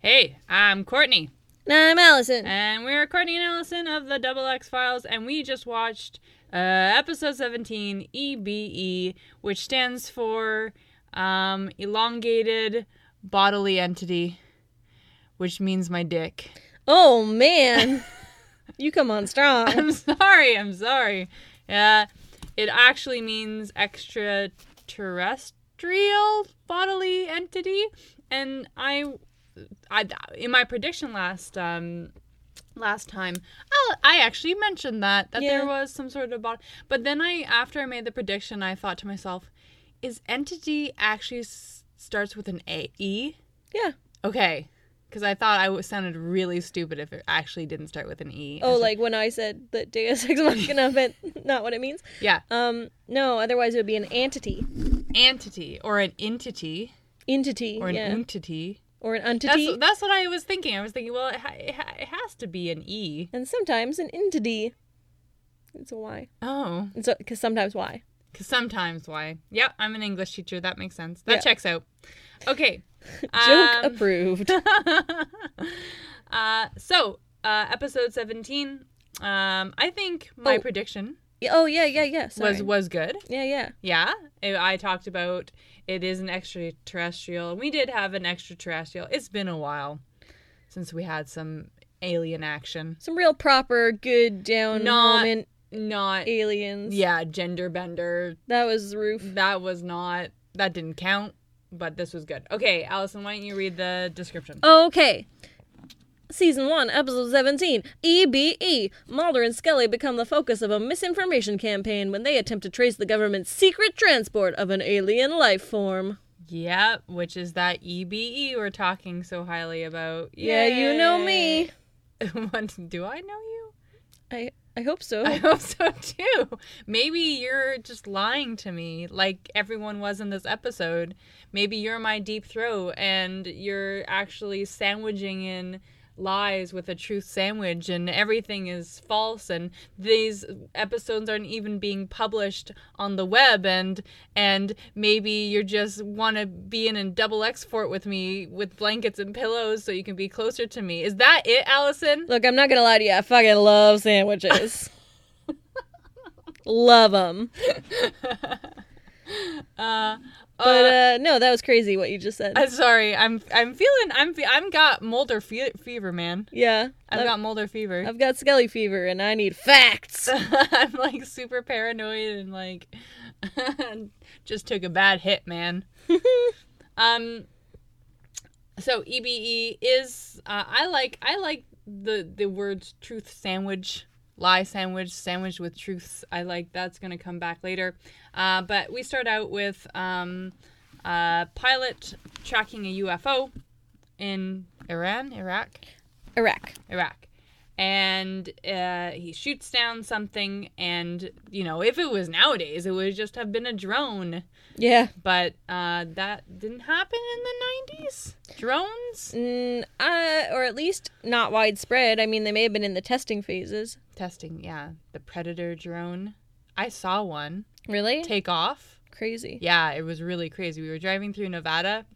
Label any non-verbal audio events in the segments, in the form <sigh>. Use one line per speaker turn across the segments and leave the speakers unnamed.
Hey, I'm Courtney,
I'm Allison.
and we're Courtney and Allison of the Double X Files, and we just watched uh, episode 17, EBE, E, which stands for um, Elongated Bodily Entity, which means my dick.
Oh
<laughs>
man, you come on strong.
I'm sorry, I'm sorry. Yeah, it actually means extraterrestrial bodily entity, and I, I in my prediction last um last time, I I actually mentioned that that
Yeah.
there was some sort of body, but then I after I made the prediction, I thought to myself, is entity actually s- starts with an a e?
Yeah.
Okay. Because I thought I w- sounded really stupid if it actually didn't start with an E.
Oh, like when I said that Deus Ex
<laughs>
Machina meant not what it means.
yeah.
Um, no, otherwise it would be an entity,
entity or an entity
entity,
or an
yeah,
entity.
or an
That's
entity,
that's what I was thinking. I was thinking, well, it, ha- it, ha- it has to be an e.
and sometimes an entity. It's a Y.
Oh,
It's because sometimes Y.
because sometimes why? Yep, I'm an English teacher. That makes sense. That
Yeah.
checks out. Okay.
<laughs>
Um,
Joke
<laughs>
approved.
uh, so uh, episode 17. Um, I think my
Oh,
prediction
oh yeah, yeah, yeah. Sorry.
was was good.
yeah, yeah.
Yeah, I I talked about it is an extraterrestrial. We did have an extraterrestrial. It's been a while since we had some alien action.
Some real proper, good, down
Not-
moment
Not
aliens.
yeah, gender bender.
that was the roof.
That was not that didn't count, but this was good. Okay, Allison, why don't you read the description?
Okay. Season 1, Episode 17, EBE. E. Mulder and Scully become the focus of a misinformation campaign when they attempt to trace the government's secret transport of an alien life form.
Yeah, which is that EBE we're talking so highly about.
Yeah, you know me.
Yay. <laughs> What- Do I know you?
I I hope
<laughs>
so.
I hope Oh, so too. Maybe you're just lying to me like everyone was in this episode. Maybe you're my deep throat and you're actually sandwiching in lies with a truth sandwich and everything is false and these episodes aren't even being published on the web and and maybe you just want to be in a double X fort with me with blankets and pillows so you can be closer to me. Is that it, Allison?
<laughs> Look, I'm not gonna lie to you. I fucking love <laughs> sandwiches. love them. But uh, no, that was crazy what you just said.
I'm Uh, sorry. I'm I'm feeling I'm fe- I'm got Mulder fe- fever, man.
yeah.
I've
I've-
got Mulder fever.
I've got Scully fever and I need facts.
<laughs> I'm like super paranoid and like <laughs> just took a bad hit, man. um so EBE is uh, I like I like the the words truth sandwich, lie sandwich, sandwich with truths. I like that's going to come back later. Uh but we start out with um uh pilot tracking a UFO in Iran, Iraq.
Iraq.
Iraq. And uh, he shoots down something, and you know, if it was nowadays, it would just have been a drone.
Yeah.
But uh, that didn't happen in the '90s. Drones
Mm, uh, or at least not widespread. I mean, they may have been in the testing phases.
testing, yeah, the Predator drone. I saw one
Really?
take off.
Crazy.
Yeah, it was really crazy. We were driving through Nevada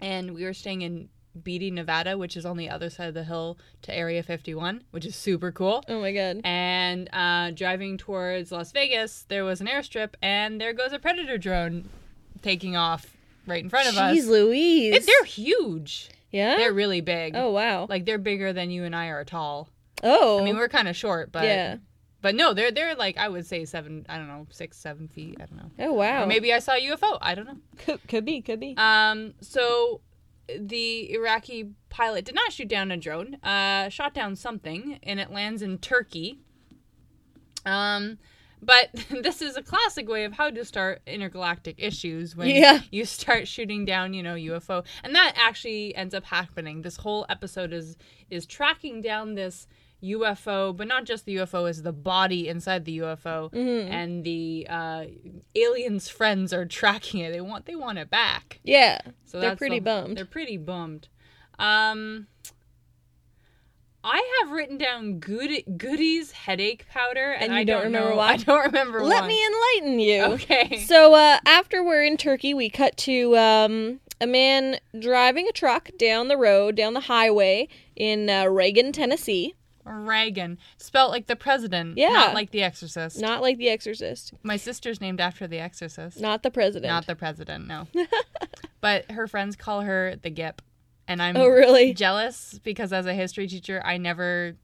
and we were staying in Beatty, Nevada, which is on the other side of the hill to Area 51, which is super cool.
Oh my god.
And uh, driving towards Las Vegas, there was an airstrip and there goes a Predator drone taking off right in front of
Jeez
us.
Louise.
And they're huge.
yeah?
They're really big.
oh wow.
Like they're bigger than you and I are tall.
oh.
I mean, we're uh, kind of short, but
yeah.
but no, they're they're like I would say seven. I don't know, six, seven feet. I don't know.
Oh wow.
Or maybe I saw a UFO. I don't know.
could, could be, could be.
Um, so the Iraqi pilot did not shoot down a drone, uh, shot down something, and it lands in Turkey. Um, But <laughs> this is a classic way of how to start intergalactic issues when
Yeah.
you start shooting down, you know, UFO. And that actually ends up happening. This whole episode is is tracking down this UFO, but not just the UFO, is the body inside the UFO and the uh, aliens' friends are tracking it. They want they want it back.
Yeah.
So
they're
that's
pretty
the-
bummed.
They're pretty bummed. Um, I have written down Goody, Goody's headache powder, and,
And you
I
don't
don't,
remember
know.
why?
<laughs> I don't remember.
Let
why. <laughs>
me enlighten you.
Okay.
So uh, after we're in Turkey, we cut to um, a man driving a truck down the road, down the highway in uh, Reagan, Tennessee.
Reagan, spelt like the president,
Yeah.
not like The Exorcist.
Not like The Exorcist.
My sister's named after The Exorcist,
Not the president.
not the president.
<laughs>
No, but her friends call her the Gip, and I'm
oh, really?
jealous because as a history teacher, I never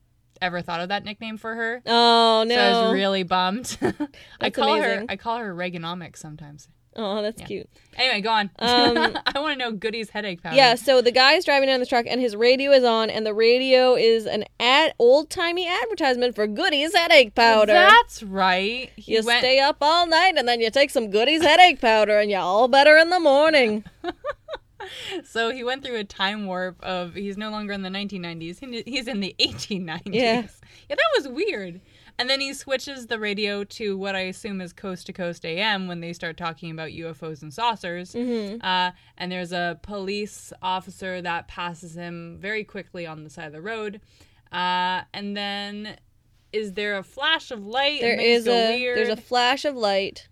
ever thought of that nickname for her.
Oh no.
So I was really bummed. <laughs> I
That's
call her
amazing.
I call her Reaganomics sometimes.
oh, that's cute.
Anyway, go on. <laughs>
Um,
I want to know Goody's headache powder.
Yeah. So the guy's driving down the truck, and his radio is on, and the radio is an ad old timey advertisement for Goody's headache powder.
That's right. He
you
went
stay up all night, and then you take some Goody's headache powder, and you're all better in the morning.
so he went through a time warp of he's no longer in the 1990s. He, he's in the 1890s.
Yeah.
Yeah, that was weird. And then he switches the radio to what I assume is Coast to Coast AM when they start talking about UFOs and saucers.
Mm-hmm.
Uh, and there's a police officer that passes him very quickly on the side of the road. Uh, and then is there a flash of light?
There
And things
is
go
a
weird.
there's a flash of light.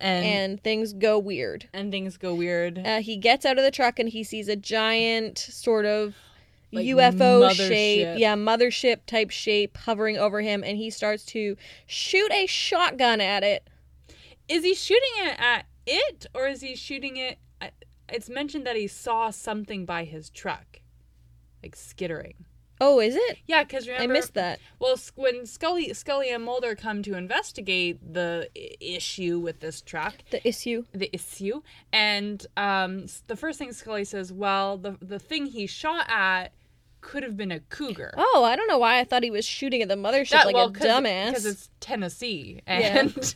and
and things go weird.
and things go weird.
Uh, he gets out of the truck and he sees a giant sort of
Like
UFO
mothership.
shape, yeah, mothership type shape hovering over him, and he starts to shoot a shotgun at it.
is he shooting it at it or is he shooting it? At, it's mentioned that he saw something by his truck, like skittering.
Oh, is it?
Yeah, because remember,
I missed that.
Well, S- when Scully, Scully and Mulder come to investigate the i- issue with this truck,
The issue.
the issue, and um, s- the first thing Scully says, "Well, the the thing he shot at could have been a cougar."
Oh, I don't know why I thought he was shooting at the mothership like a
because
dumbass.
it's Tennessee,
Yeah.
and <laughs>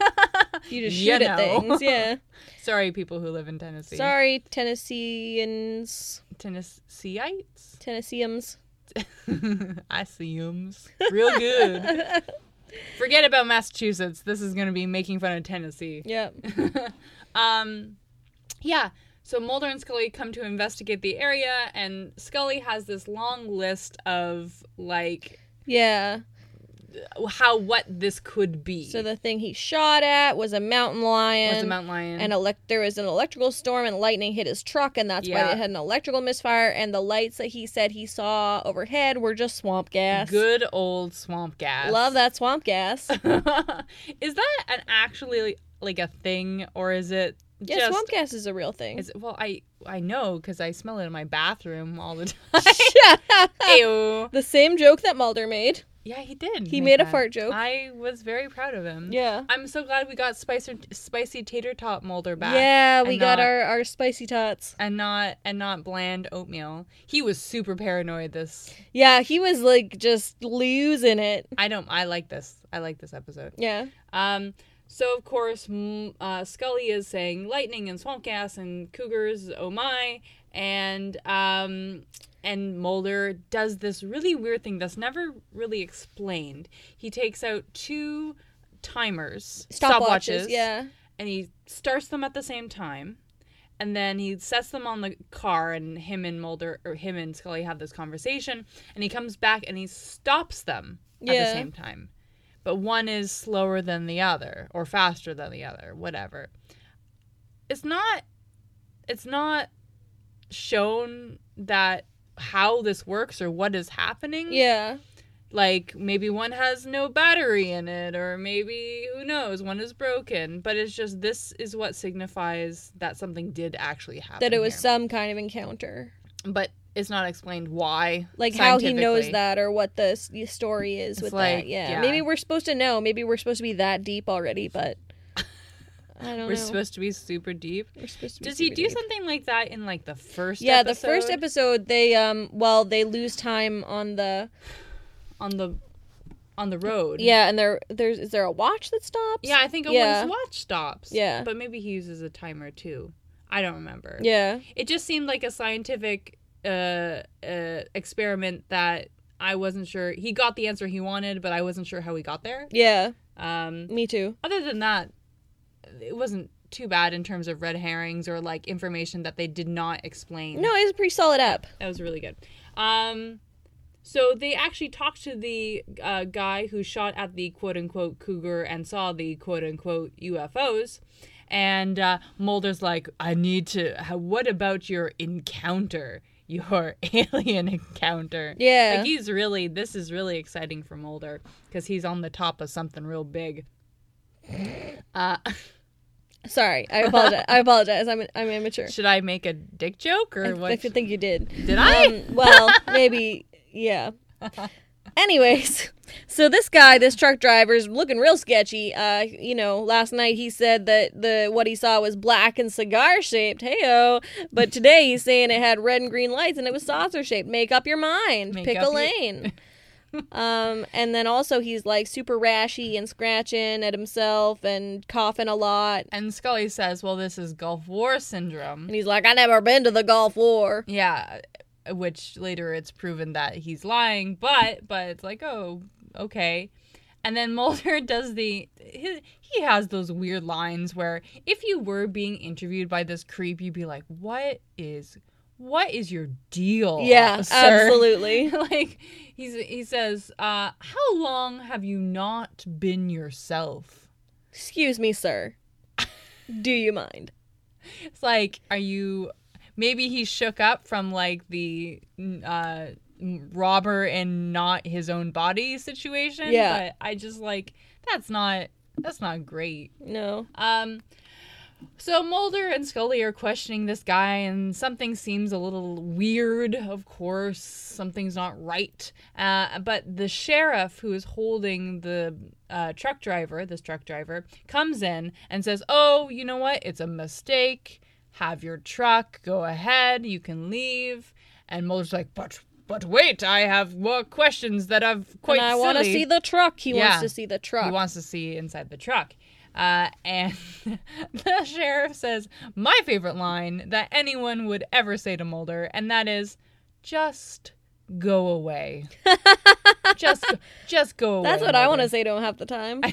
You just
you
shoot at
know. <laughs>
things. Yeah.
sorry, people who live in Tennessee.
Sorry, Tennesseans,
Tennesseeites?
Tennesseans.
<laughs> I assumes. Real good. <laughs> Forget about Massachusetts. This is going to be making fun of Tennessee. <laughs>
Yep.
Um, yeah. So Mulder and Scully come to investigate the area, and Scully has this long list of like
Yeah.
how what this could be.
So the thing he shot at was a mountain lion.
What's a mountain lion?
and elect- there was an electrical storm and lightning hit his truck and that's why
Yeah.
they had an electrical misfire and the lights that he said he saw overhead were just swamp gas
good old swamp gas.
love that swamp
<laughs>
gas
is that an actually like a thing, or is it
yeah
just
swamp gas is a real thing <laughs>
Is well, I I know because I smell it in my bathroom all
<laughs>
the time. Ew.
the same joke that mulder made
Yeah, he did.
He
make
made a
that.
fart joke.
I was very proud of him.
Yeah.
I'm so glad we got spicy spicy tater tot molder back.
yeah we
and
got
not-
our, our spicy tots
And not and not bland oatmeal. He was super paranoid. This
yeah he was like just losing it
I don't. I like this. I like this episode.
yeah
Um, so of course, m- uh, Scully is saying lightning and swamp gas and cougars. Oh my! And um, and Mulder does this really weird thing that's never really explained. He takes out two timers,
stopwatches yeah
and he starts them at the same time. And then he sets them on the car, and him and Mulder, or him and Scully, have this conversation. And he comes back and he stops them at
Yeah.
the same time. But one is slower than the other, or faster than the other, whatever. It's not. It's not shown that how this works or what is happening
yeah
like maybe one has no battery in it or maybe who knows one is broken but it's just this is what signifies that something did actually happen
that it was
here.
some kind of encounter
but it's not explained why
like how he knows
scientifically.
that or what the s- the story is
It's
with
like,
that. Yeah.
yeah.
maybe we're supposed to know. Maybe we're supposed to be that deep
<laughs>
already, but I don't
we're
know.
supposed to be super deep
we're supposed to be
does he
super
do
deep.
something like that in like the first
Yeah, the
episode?
first episode they um well they lose time on the
on the on the road.
Yeah, and there there's is there a watch that stops?
Yeah, I think Owen's
Yeah.
watch stops.
Yeah.
But maybe he uses a timer too. I don't remember.
Yeah.
It just seemed like a scientific uh, uh, experiment that I wasn't sure. He got the answer he wanted, but I wasn't sure how he got there.
Yeah.
Um,
Me too.
other than that, it wasn't too bad in terms of red herrings or like information that they did not explain.
No, it's a pretty solid app.
That was really good. Um, so they actually talked to the uh, guy who shot at the quote unquote cougar and saw the quote unquote UFOs. And uh, Mulder's like, I need to. how- What about your encounter? Your <laughs> alien encounter.
Yeah.
Like he's really, this is really exciting for Mulder because he's on the top of something real big.
Sorry, I apologize.
<laughs>
I apologize. I'm I'm immature.
Should I make a dick joke or what?
I could think you did.
Did I?
Um,
<laughs>
well, maybe. Yeah. Anyways, so this guy, this truck driver, is looking real sketchy. Uh, you know, last night he said that the what he saw was black and cigar shaped. Heyo!
<laughs>
But today he's saying it had red and green lights and it was saucer shaped. Make up your mind.
Make
Pick a
up your- <laughs>
lane. um, and then also he's like super rashy and scratching at himself and coughing a lot.
and Scully says, Well, this is Gulf War syndrome.
And he's like, I never been to the Gulf War.
Yeah, which later it's proven that he's lying, but but it's like, oh, okay. And then <laughs> Mulder does the his, he has those weird lines where if you were being interviewed by this creep, you'd be like, "What is what is your deal?"
Yeah,
sir?"
<laughs>
<laughs>
absolutely.
like he's he says, uh, "How long have you not been yourself?"
Excuse me, sir. Do you mind?
It's like, are you? Maybe he shook up from like the uh, robber and not his own body situation.
Yeah.
But I just like that's not that's not great.
No.
Um. So Mulder and Scully are questioning this guy, and something seems a little weird. Of course, something's not right. Uh, but the sheriff who is holding the uh, truck driver, this truck driver, comes in and says, "Oh, you know what? It's a mistake. Have your truck. Go ahead. You can leave." And Mulder's like, "But, but wait! I have more questions that I've quite."
and I want to
silly."
see the truck. He
Yeah.
wants to see the truck.
He wants to see inside the truck. Uh, and <laughs> the sheriff says, my favorite line that anyone would ever say to Mulder, and that is, just go
<laughs>
away. just, just go away.
That's what I want to
Mulder.
say to him half the time. <laughs>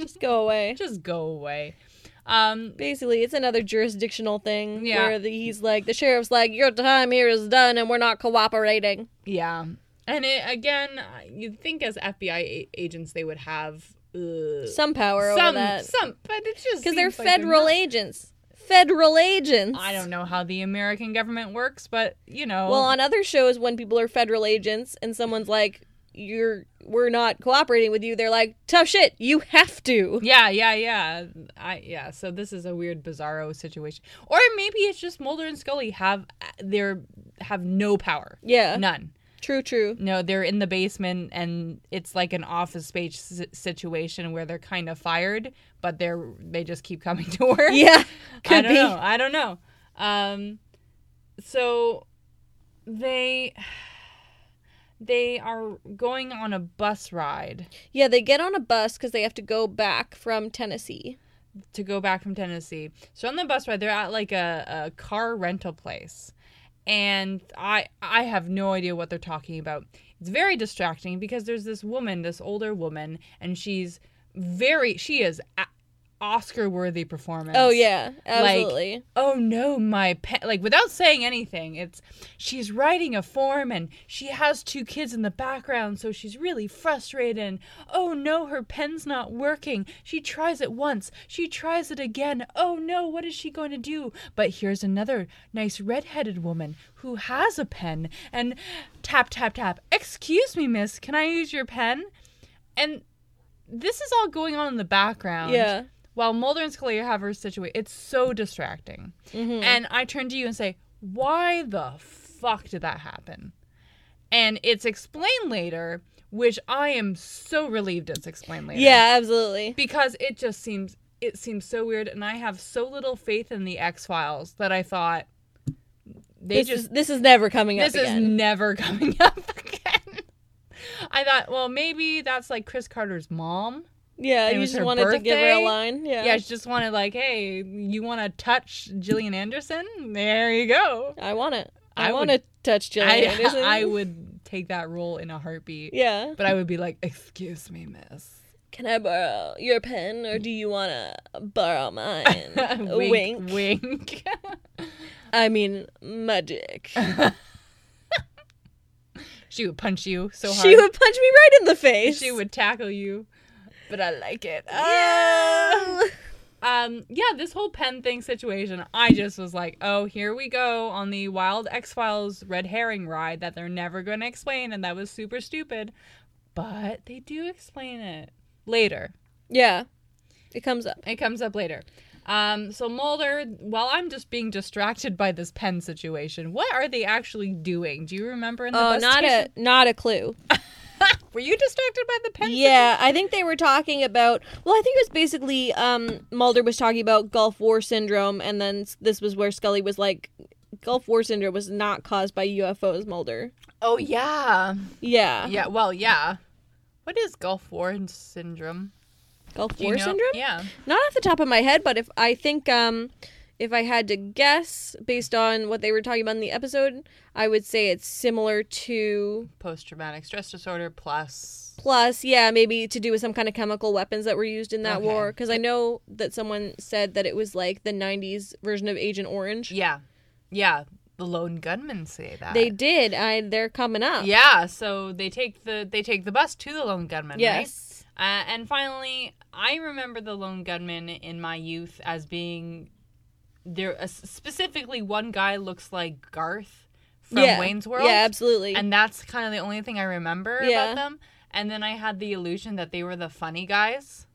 Just go away.
Just go away. Um,
<laughs> Basically, it's another jurisdictional thing
Yeah.
where the, he's like, the sheriff's like, your time here is done and we're not cooperating.
yeah. And it, again, you'd think as FBI a- agents they would have uh,
Some power
some,
over that.
some, but it's just
Because they're
seems like they're
federal
not.
agents. Federal agents.
I don't know how the American government works, but you know,
Well, on other shows, when people are federal agents and someone's like, you're, we're not cooperating with you, they're like, tough shit. You have to.
Yeah, yeah, yeah. I yeah. So this is a weird, bizarro situation, or maybe it's just Mulder and Scully have they're have no power,
Yeah.
none.
True, true.
No, they're in the basement, and it's like an office space si- situation where they're kind of fired, but they're they just keep coming <laughs> to work.
Yeah. Could
I don't
be.
know. I don't know. Um, so they <sighs> they are going on a bus ride
Yeah, they get on a bus because they have to go back from Tennessee.
to go back from Tennessee. So on the bus ride, they're at like a, a car rental place, and I I have no idea what they're talking about. It's very distracting because there's this woman, this older woman, and she's very she is a- Oscar worthy performance.
Oh yeah, absolutely.
oh no my pet like without saying anything it's she's writing a form and she has two kids in the background so she's really frustrated and oh no her pen's not working she tries it once she tries it again oh no what is she going to do but here's another nice red-headed woman who has a pen and tap tap tap excuse me miss can i use your pen and this is all going on in the background
Yeah.
while Mulder and Scully have her situation, it's so distracting.
Mm-hmm.
And I turn to you and say, why the fuck did that happen? And it's explained later, which I am so relieved it's explained later.
yeah, absolutely.
Because it just seems it seems so weird and I have so little faith in the X Files that I thought they
This
just
is this is never coming up
<laughs> this is
again.
never coming up again. I thought, well, maybe that's like Chris Carter's mom.
Yeah,
It
you
was
just
her
wanted to give her a
birthday.
line. Yeah.
Yeah, she just wanted like, hey, you want to touch Gillian Anderson? There you go.
I want it. I,
I
want to
would-
touch Jillian
<laughs> I
Anderson.
I would take that role in a heartbeat.
Yeah.
But I would be like, excuse me,
<laughs>
miss.
Can I borrow your pen or do you want to borrow mine?
<laughs> wink, wink. <laughs>
I mean, my dick. <laughs>
she would punch you so hard.
she would punch me right in the face.
She would tackle you. But I like it.
Yeah.
um yeah this whole pen thing situation i just was like oh here we go on the wild x-files red herring ride that they're never going to explain and that was super stupid but they do explain it later
Yeah. It comes up.
it comes up later um so mulder while i'm just being distracted by this pen situation what are they actually doing do you remember in the
Oh,
bus
not
station?
a not a clue.
<laughs> were you distracted by the pen
Yeah, I think they were talking about. Well, I think it was basically um, Mulder was talking about Gulf War syndrome, and then s- this was where Scully was like, "Gulf War syndrome was not caused by UFOs, Mulder."
oh yeah
Yeah,
yeah well yeah what is gulf war syndrome
Gulf
Do you
War
know-
syndrome.
yeah
Not off the top of my head, but if I think um, if I had to guess based on what they were talking about in the episode, I would say it's similar to
post traumatic stress disorder plus
Plus, yeah, maybe to do with some kind of chemical weapons that were used in that
Okay.
war. Because I know that someone said that it was like the 90s version of Agent Orange.
yeah yeah the lone gunmen say that
They did. I They're coming up.
yeah so they take the they take the bus to the lone gunman
Yes.
right? uh, and finally i remember the lone gunman in my youth as being there uh, specifically one guy looks like garth from
yeah.
wayne's world
Yeah, absolutely.
and that's kind of the only thing i remember
Yeah.
about them and then i had the illusion that they were the funny guys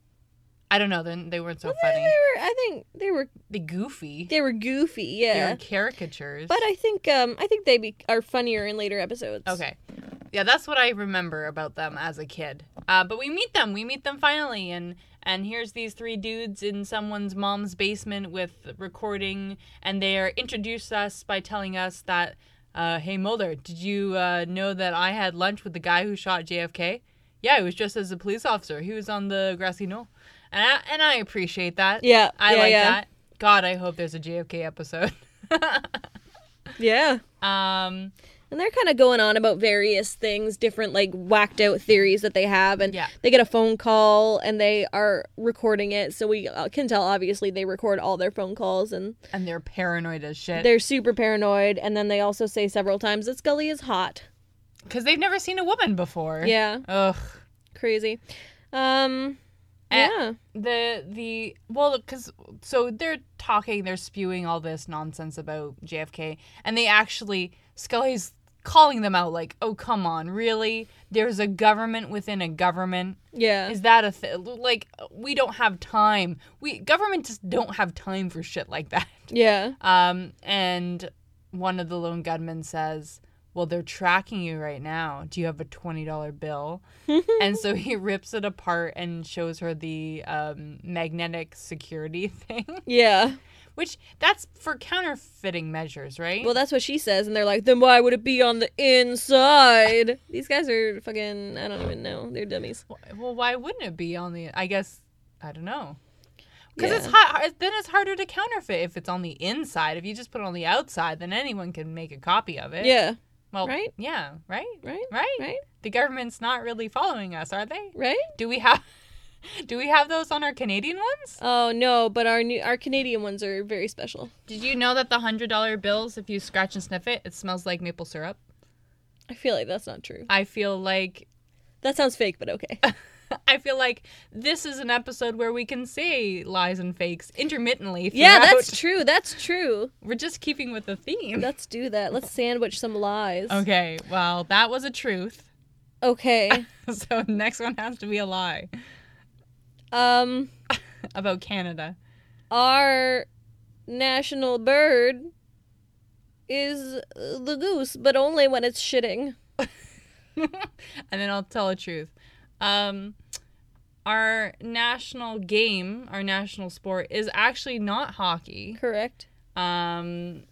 i don't know they, they weren't so
They
funny
were, I think they were
the goofy
they were goofy,
they
yeah.
were caricatures
But I think um I think they be, are funnier in later episodes.
Okay. Yeah, that's what I remember about them as a kid. Uh, but we meet them. We meet them finally, and and here's these three dudes in someone's mom's basement with recording, and they are introduce us by telling us that, uh, hey Mulder, did you uh, know that I had lunch with the guy who shot JFK? Yeah, he was dressed as a police officer. He was on the grassy knoll, and I, and I appreciate that.
Yeah,
I
yeah,
like
yeah.
that. God, I hope there's a JFK episode. <laughs>
Yeah.
um,
And they're kind of going on about various things, different like whacked out theories that they have. And
Yeah.
they get a phone call and they are recording it. So we uh, can tell, obviously, they record all their phone calls and
and they're paranoid as shit.
they're super paranoid. And then they also say several times that Scully is hot.
because they've never seen a woman before.
Yeah.
Ugh.
Crazy. Um,
Eh.
yeah.
The the well, because so they're talking, they're spewing all this nonsense about JFK, and they actually Scully's calling them out like, "Oh come on, really? There's a government within a government."
Yeah.
Is that a thing? Like, we don't have time. We government just don't have time for shit like that.
yeah.
Um, and one of the lone gunmen says, Well, they're tracking you right now. Do you have a $20
<laughs>
bill? and so he rips it apart and shows her the um, magnetic security <laughs> thing,
Yeah.
which that's for counterfeiting measures, right?
Well, that's what she says. And they're like, then why would it be on the inside? These guys are fucking, I don't even know. They're dummies.
well, why wouldn't it be on the. I guess, I don't know. Because it's
Yeah.
hot, then it's harder to counterfeit if it's on the inside. If you just put it on the outside, then anyone can make a copy of it.
Yeah.
Well,
Right?
Yeah. Right.
Right?
eh. Right?
Right?
The government's not really following us, are they?
Right?
Do we have <laughs> Do we have those on our Canadian ones?
Oh no, but our new our Canadian ones are very special.
Did you know that the $100 bills if you scratch and sniff it, it smells like maple syrup?
I feel like that's not true.
I feel like <laughs>
That sounds fake, but okay.
I feel like this is an episode where we can say lies and fakes intermittently.
yeah,
throughout.
that's true. That's true.
We're just keeping with the theme.
Let's do that. Let's sandwich some lies.
Okay, well, that was a truth. <laughs>
Okay.
So next one has to be a lie
Um
about Canada.
our national bird is uh, the goose, but only when it's shitting.
and then I'll tell a truth. Um, our national game, our national sport, is actually not hockey.
Correct.
Um,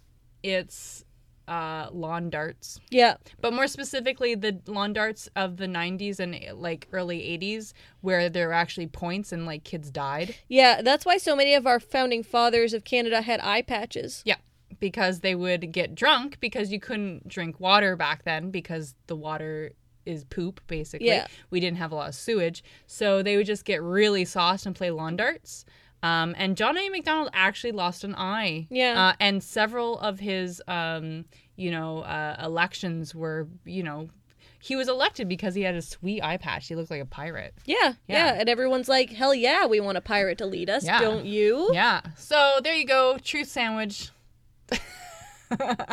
it's uh, lawn darts.
Yeah.
But more specifically, the lawn darts of the 90s and like early 80s, where there were actually points and like kids died.
Yeah, that's why so many of our founding fathers of Canada had eye patches.
Yeah, because they would get drunk because you couldn't drink water back then because the water is poop basically.
Yeah.
We didn't have a lot of sewage, so they would just get really sauced and play lawn darts. Um, and John A. McDonald actually lost an eye.
Yeah.
Uh, and several of his, um, you know, uh, elections were, you know, he was elected because he had a sweet eye patch. He looked like a pirate.
Yeah, yeah,
Yeah.
and everyone's like, "Hell yeah, we want a pirate to lead us,
Yeah.
don't you?"
Yeah. So there you go. Truth sandwich.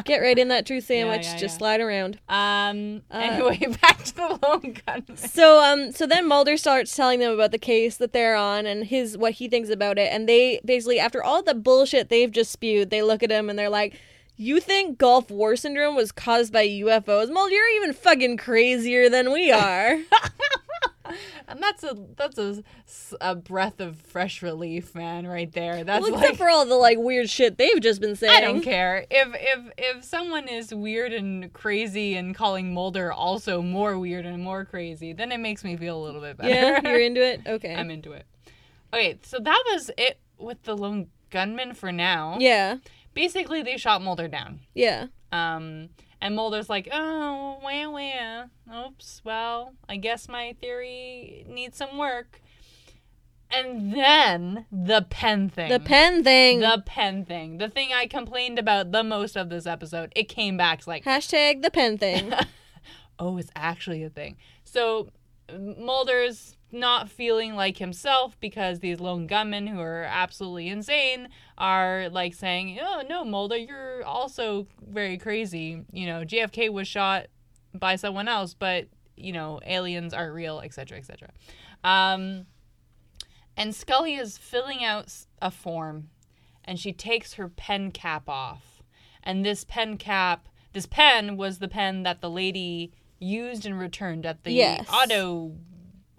Get right in that truth sandwich,
yeah,
just
yeah.
slide around.
Um,
Uh,
anyway, <laughs> back to the lone gunman.
So, um, so then Mulder starts telling them about the case that they're on and his what he thinks about it, and they basically, after all the bullshit they've just spewed, they look at him and they're like. You think Gulf War syndrome was caused by UFOs? Mulder, you're even fucking crazier
<laughs>
than we are.
And that's a that's a, s- a breath of fresh relief, man, right there. That's
well,
like
except for all the like weird shit they've just been saying.
I don't care if if if someone is weird and crazy and calling Mulder also more weird and more crazy, then it makes me feel a little bit better.
Yeah,
<laughs>
you're into it. Okay.
I'm into it. Okay, so that was it with the lone gunman for now.
yeah.
Basically, they shot Mulder down.
Yeah.
Um, and Mulder's like, oh, wah, wah. Oops, well, I guess my theory needs some work. And then the pen thing.
The pen thing.
The pen thing. The thing I complained about the most of this episode. It came back it's like,
Hashtag the
<laughs>
pen thing.
oh, it's actually a thing. So Mulder's not feeling like himself because these lone gunmen who are absolutely insane are like saying, "Oh no, Mulder, you're also very crazy. You know, JFK was shot by someone else, but you know, aliens aren't real, etc., etc." Um, and Scully is filling out s- a form, and she takes her pen cap off. And this pen cap, this pen was the pen that the lady used and returned at the
Yes.
auto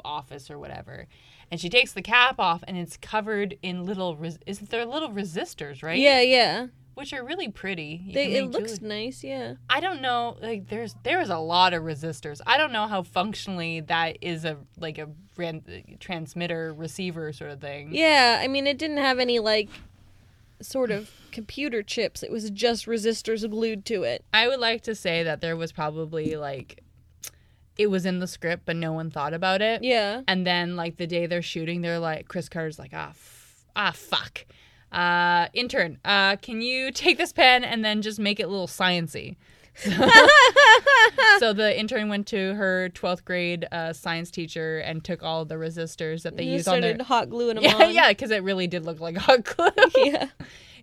office or whatever. And she takes the cap off, and it's covered in little. Res- is there little resistors, right?
yeah, yeah.
which are really pretty. You can
They, it
make
looks
jewelry.
nice, yeah.
I don't know. Like there's there's a lot of resistors. I don't know how functionally that is a like a ran- transmitter receiver sort of thing.
Yeah, I mean, it didn't have any, like, sort of computer chips. It was just resistors glued to it.
I would like to say that there was probably like it was in the script, but no one thought about it.
Yeah.
And then like the day they're shooting, they're like Chris Carter's like ah f- ah fuck. Uh, intern, uh, can you take this pen and then just make it a little sciency? <laughs> so the intern went to her 12th grade uh, science teacher and took all the resistors that they
They
use on
started
their
hot gluing
<laughs>
them
yeah
on.
yeah because it really did look like <laughs> hot glue
<laughs> Yeah.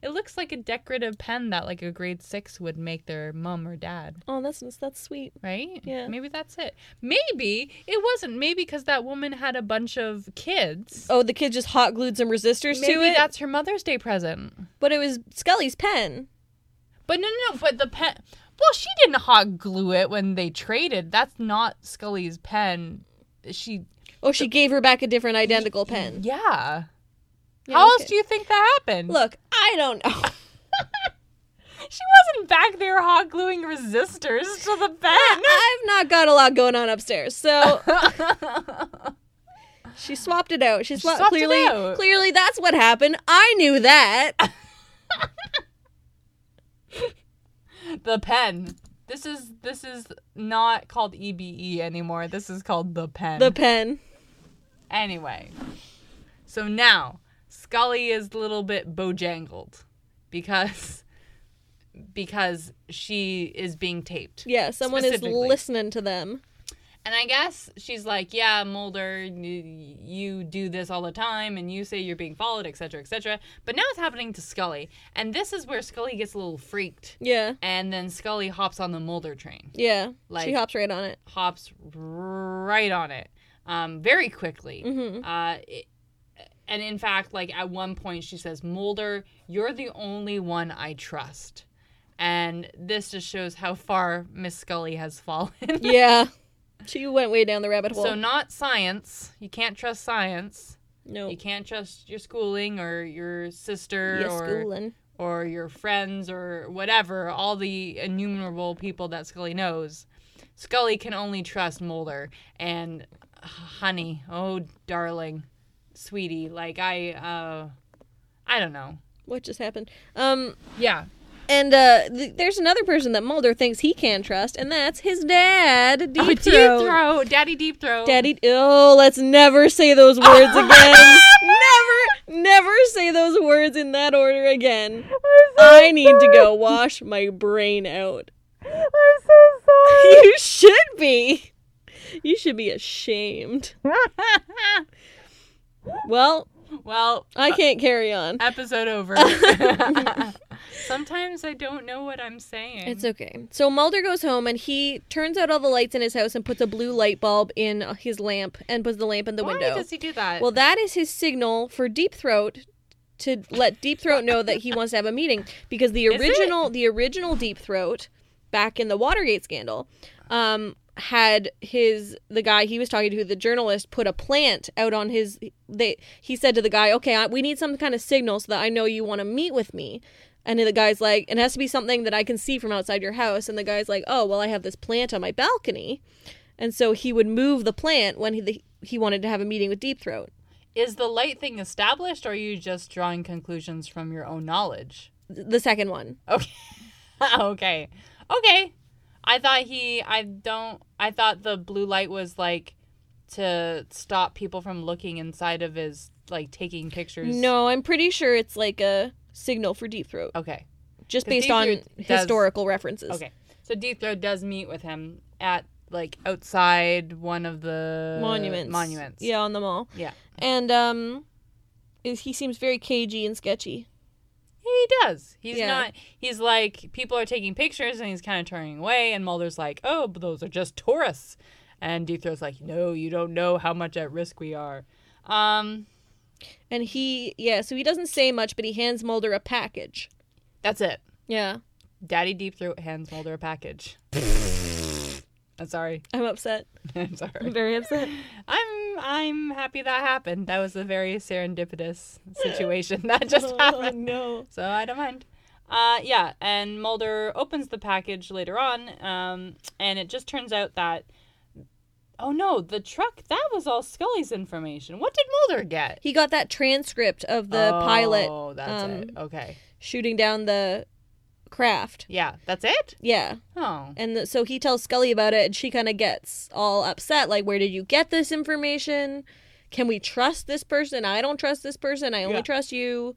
it looks like a decorative pen that like a grade six would make their mom or dad
Oh, that's that's sweet.
right?
Yeah.
Maybe that's it. Maybe it wasn't. Maybe because that woman had a bunch of kids.
Oh, the kid just hot glued some resistors
Maybe
to it.
that's her Mother's Day present.
But it was Scully's pen.
But no, no, no. But the pen. Well, she didn't hot glue it when they traded. That's not Scully's pen. She.
Oh, she gave her back a different identical pen.
Yeah.
Yeah,
How else
okay.
do you think that happened?
Look, I don't
<laughs>
know.
she wasn't back there hot gluing resistors to the pen. <laughs>
I've not got a lot going on upstairs, so she swapped it out. She, swa-
swapped it
clearly,
out.
clearly that's what happened. I knew that.
the pen. This is this is not called EBE anymore. This is called the pen.
the pen.
Anyway, so now Scully is a little bit bojangled because because she is being taped.
Yeah, someone is
Specifically.
listening to them.
And I guess she's like, "Yeah, Mulder, you, you do this all the time and you say you're being followed, etc., etc." But now it's happening to Scully, and this is where Scully gets a little freaked.
Yeah,
And then Scully hops on the Mulder train.
yeah. she
Like-
hops
<laughs>
right on it.
hops right on it um, very quickly. Uh, it- and in fact, like at one point, she says, Mulder, you're the only one I trust. And this just shows how far Miss Scully has fallen. <laughs>
Yeah, she went way down the rabbit hole.
so, not science. You can't trust science.
no,
You can't trust your schooling or your sister
yes,
or
schooling.
or your friends or whatever, all the innumerable people that Scully knows, Scully can only trust Mulder. And uh, honey, oh darling, sweetie, like I, uh, I don't know.
What just happened? Um,
Yeah,
and uh, th- there's another person that Mulder thinks he can trust, and that's his dad, Deep,
Oh, deep
Throat.
throat, daddy, deep throat,
Daddy. Oh, let's never say those
<laughs>
words again. never, never say those words in that order again. I need to go wash my brain out.
I'm so sorry.
<laughs> You should be. You should
<laughs>
be ashamed. Well,
Well,
I can't carry on.
episode
<laughs>
over. Sometimes I don't know what I'm saying.
It's okay. So Mulder goes home and he turns out all the lights in his house and puts a blue light bulb in his lamp and puts the lamp in the
Why
window.
does he do that?
Well, that is his signal for Deep Throat to let Deep Throat know that he wants to have a meeting because the
it?
original the original Deep Throat back in the Watergate scandal um had his the guy he was talking to the journalist put a plant out on his they he said to the guy okay I, we need some kind of signal so that i know you want to meet with me and the guy's like it has to be something that i can see from outside your house and the guy's like oh well i have this plant on my balcony and so he would move the plant when he the, he wanted to have a meeting with deep throat
is the light thing established, or are you just drawing conclusions from your own knowledge?
the second one.
Okay. <laughs> okay. Okay. I thought he. I don't. I thought the blue light was like to stop people from looking inside of his like taking pictures.
No, I'm pretty sure it's like a signal for deep throat,
Okay.
just
'Cause
based
Deep
on
Throat does-
historical references.
Okay. So Deep Throat does meet with him at like outside one of the
Uh, Monuments.
Monuments.
Yeah, on the mall.
Yeah.
And um is he seems very cagey and sketchy.
He does. He's
Yeah.
not. He's like people are taking pictures and he's kind of turning away. And Mulder's like, "Oh, but those are just tourists." And Deep Throat's like, "No, you don't know how much at risk we are." Um,
And he yeah, so he doesn't say much but he hands Mulder a package.
that's it.
Yeah.
Daddy Deep Throat hands Mulder a
<laughs>
package. I'm sorry. <laughs>
I'm upset.
I'm sorry.
very <laughs> upset.
I'm I'm happy that happened. That was a very serendipitous situation that
<laughs>
just <laughs> happened.
Oh, no.
So I don't mind. Uh, yeah, and Mulder opens the package later on, um, and it just turns out that. Oh no, the truck, that was all Scully's information. What did Mulder get?
He got that transcript of the
oh,
pilot
Oh, that's
um,
it. Okay.
shooting down the craft.
Yeah, that's it?
Yeah.
Oh.
And th- so he tells Scully about it, and she kind of gets all upset. Like, where did you get this information? Can we trust this person? I don't trust this person. I only
Yeah.
trust you.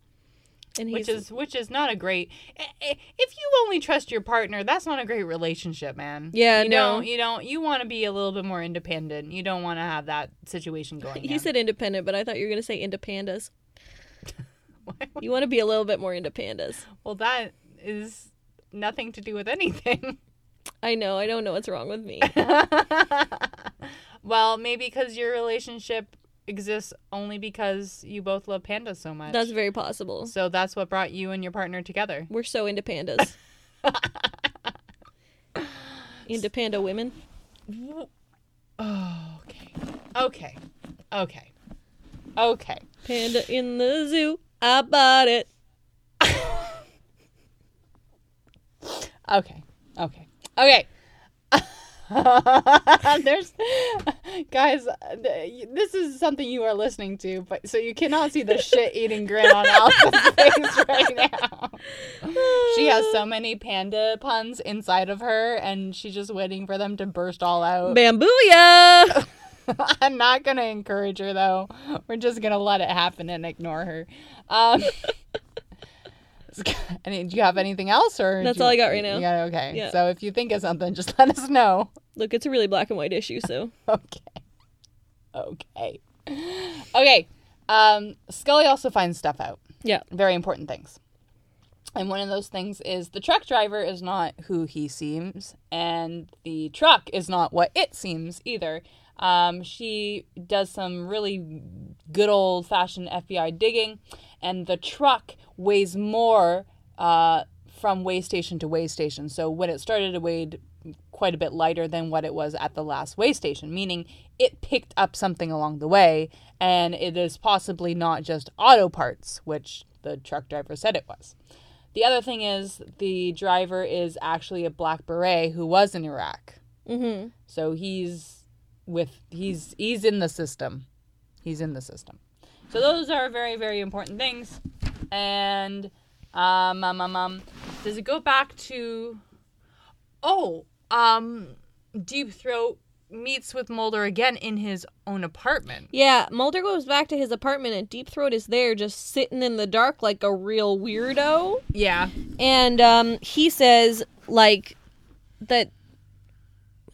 And he's
Which is which is not a great. i- i- If you only trust your partner, that's not a great relationship, man.
Yeah,
you
no.
Don't, you don't. You want to be a little bit more independent. You don't want to have that
<laughs>
situation going.
he
down.
said independent, but I thought you were gonna say
<laughs>
into pandas. you want to be a little bit more into pandas.
"Well, that is nothing to do with anything." <laughs>
I know. I don't know what's wrong with me.
well, maybe because your relationship exists only because you both love pandas so much.
That's very possible.
so that's what brought you and your partner together.
We're so
<laughs>
into pandas. into panda women.
Oh, okay. Okay. Okay. Okay.
Panda in the zoo. I bought it.
Okay. Okay. Okay. <laughs> There's guys, th- this is something you are listening to, but so you cannot see the shit eating grin on Alpha's face right now. She has so many panda puns inside of her, and she's just waiting for them to burst all out.
Bambooya.
<laughs> I'm not gonna encourage her though. We're just gonna let it happen and ignore her. Um,
<laughs>
<laughs> any, do you have anything else, or
That's
do
all I
you-
got right now.
you got- okay.
Yeah.
So if you think of something, just <laughs> let us know.
Look, it's a really black and white issue, <laughs> so.
Okay. Okay. Okay. Um, Scully also finds stuff out.
Yeah.
Very important things. And one of those things is the truck driver is not who he seems, and the truck is not what it seems either. Um, she does some really good old fashioned FBI digging, and the truck weighs more uh, from way station to way station. So when it started, it weighed quite a bit lighter than what it was at the last way station, meaning it picked up something along the way, and it is possibly not just auto parts, which the truck driver said it was. The other thing is the driver is actually a black beret who was in Iraq.
Mm-hmm.
So he's with he's he's in the system. He's in the system. So those are very very important things. And um um um, um does it go back to oh um Deep Throat meets with Mulder again in his own apartment.
Yeah, Mulder goes back to his apartment and Deep Throat is there just sitting in the dark like a real weirdo.
Yeah.
And um, he says, like, that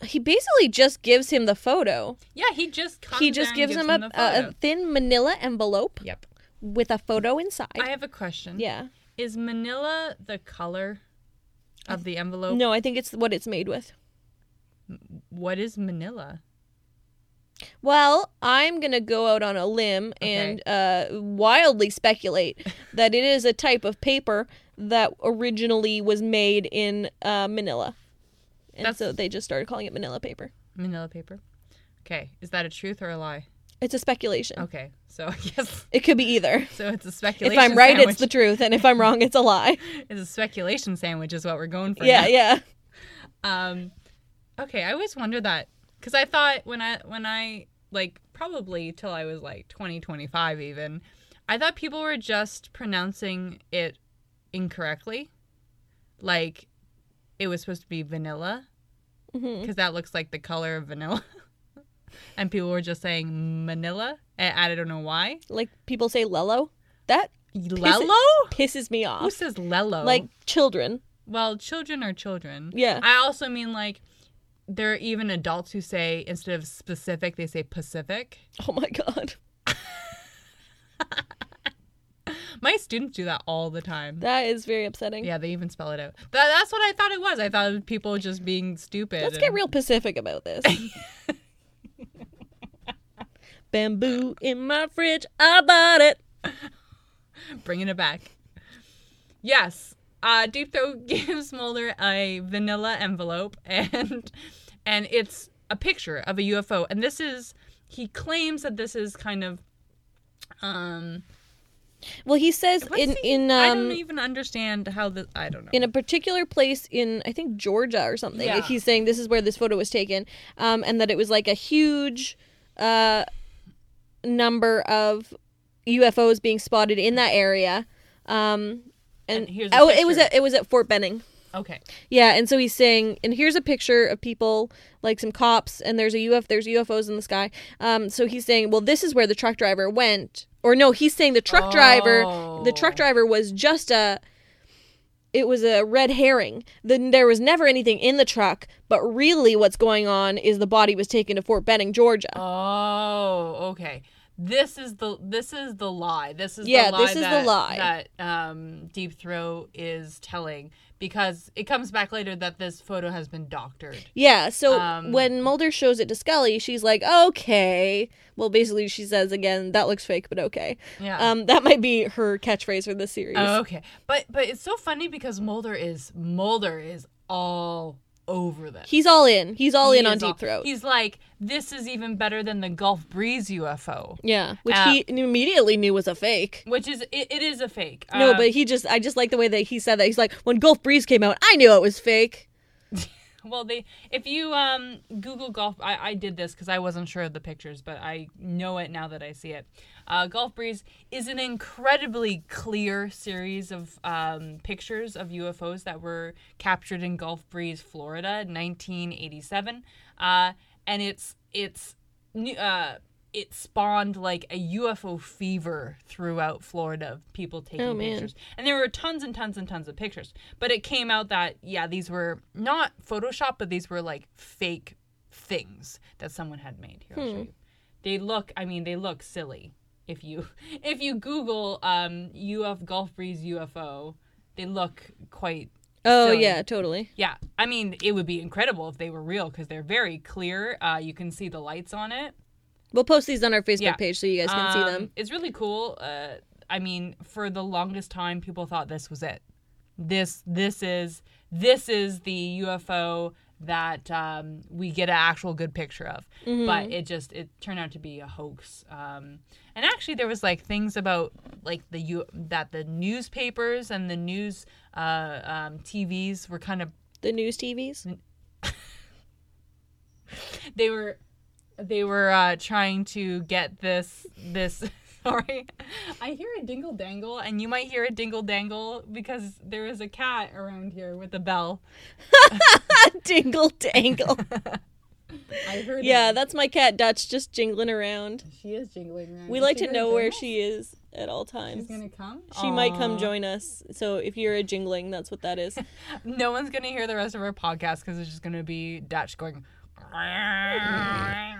he basically just gives him the photo.
Yeah, he just comes
he
there
just
and
gives, him, a,
the
a,
photo.
a thin manila envelope
Yep.
with a photo inside.
I have a question.
yeah.
Is Manila the color of the envelope?
No, I think it's what it's made with.
What is Manila?
Well, I'm going to go out on a limb
Okay.
and uh,
<laughs>
wildly speculate that it is a type of paper that originally was made in uh, Manila. And
That's-
so they just started calling it Manila paper.
Manila paper. Okay, is that a truth or a lie?
It's a speculation.
Okay, so <laughs> I guess
It could be either.
so. It's a
If
speculation.
I'm right,
sandwich.
it's the truth, and if I'm wrong, it's a lie.
It's a speculation sandwich, is what we're going <laughs> for.
Yeah, yeah.
now. Um, okay, I always wondered that because I thought when I when I like probably till I was like 20, 25 even, I thought people were just pronouncing it incorrectly, like it was supposed to be vanilla.
hmm
because that looks like the color of vanilla. <laughs> and people were just saying Manila. And I don't know why.
Like people say Lello. That
Lello?
pisses me
Who
off.
says Lello?
Like children.
well, children are children.
Yeah.
I also mean like there are even adults who say instead of specific, they say Pacific.
Oh my <laughs> god.
My students do that all the time.
That is very upsetting.
yeah, they even spell it out. That, that's what I thought it was. I thought it was people just being stupid.
Let's get
and-
real Pacific
<laughs>
about this. Bamboo in my fridge. I bought it.
bringing it back. Yes, uh, Deep Throat <laughs> gives Mulder a vanilla envelope, and and it's a picture of a UFO. And this is he claims that this is kind of um,
Well, he says
what
in
is he-
in
I don't
um
even understand how the I don't know.
in a particular place in I think Georgia or something.
Yeah.
He's saying this is where this photo was taken, um, and that it was like a huge uh, number of UFOs being spotted in that area. Um, and,
And here's a
oh, it was
picture.
at, it was at Fort Benning.
okay,
Yeah, and so he's saying, and here's a picture of people, like some cops, and there's a UF, there's UFOs in the sky. Um, so he's saying, well, this is where the truck driver went, or no, he's saying the truck driver, the truck
Oh.
driver was just a, it was a red herring. Then there was never anything in the truck, but really, what's going on is the body was taken to Fort Benning, Georgia.
oh okay. This is the this is the lie. This is
Yeah,
the lie
this is the
that,
lie.
that um, Deep Throat is telling because it comes back later that this photo has been doctored.
Yeah, so
Um,
when Mulder shows it to Scully, she's like, okay. Well, basically, she says again, that looks fake, but okay.
Yeah.
Um, that might be her catchphrase for this series.
Oh, okay, but but it's so funny because Mulder is Mulder is all over this.
He's all in. He's all
He
in on
is
Deep
all-
Throat.
He's like, this is even better than the Gulf Breeze UFO,
yeah, which
Uh,
he immediately knew was a fake.
which is it, it is a fake.
no,
Um,
but he just I just like the way that he said that. He's like, when Gulf Breeze came out, I knew it was fake.
well, they if you um Google Gulf, I, I did this because I wasn't sure of the pictures, but I know it now that I see it. Uh, Gulf Breeze is an incredibly clear series of um, pictures of UFOs that were captured in Gulf Breeze, Florida, 1987, uh, and it's it's new- uh, it spawned like a UFO fever throughout Florida of people taking
Oh, man.
pictures. And there were tons and tons and tons of pictures. But it came out that, yeah, these were not Photoshop, but these were like fake things that someone had made. Here,
Hmm.
I'll show you. They look, I mean, they look silly. If you <laughs> if you Google um UF Gulf Breeze UFO, they look quite
Oh
Silly.
yeah, totally.
yeah, I mean, it would be incredible if they were real because they're very clear. Uh, you can see the lights on it.
We'll post these on our Facebook
Yeah.
page so you guys can see
Um,
them.
It's really cool. Uh, I mean, for the longest time, people thought this was it. This, this is, this is the UFO that um, we get an actual good picture of.
Mm-hmm.
But it just it turned out to be a hoax. Um, and actually, there was like things about like the you that the newspapers and the news uh, um, TVs were kind of
The news TVs?
they were they were uh, trying to get this this <laughs> sorry i hear a dingle dangle and you might hear a dingle dangle because there is a cat around here with a bell
<laughs> Dingle
<laughs>
dangle.
i heard
yeah, that's my cat Dutch just jingling around.
she is jingling around.
We
Is
like
she
to
gonna
know
join
where
us?
she is at all times.
she's gonna come
She might come join us. So if you're a jingling, that's what
<laughs>
that is.
no one's gonna hear the rest of our podcast because it's just gonna be dutch going <laughs> i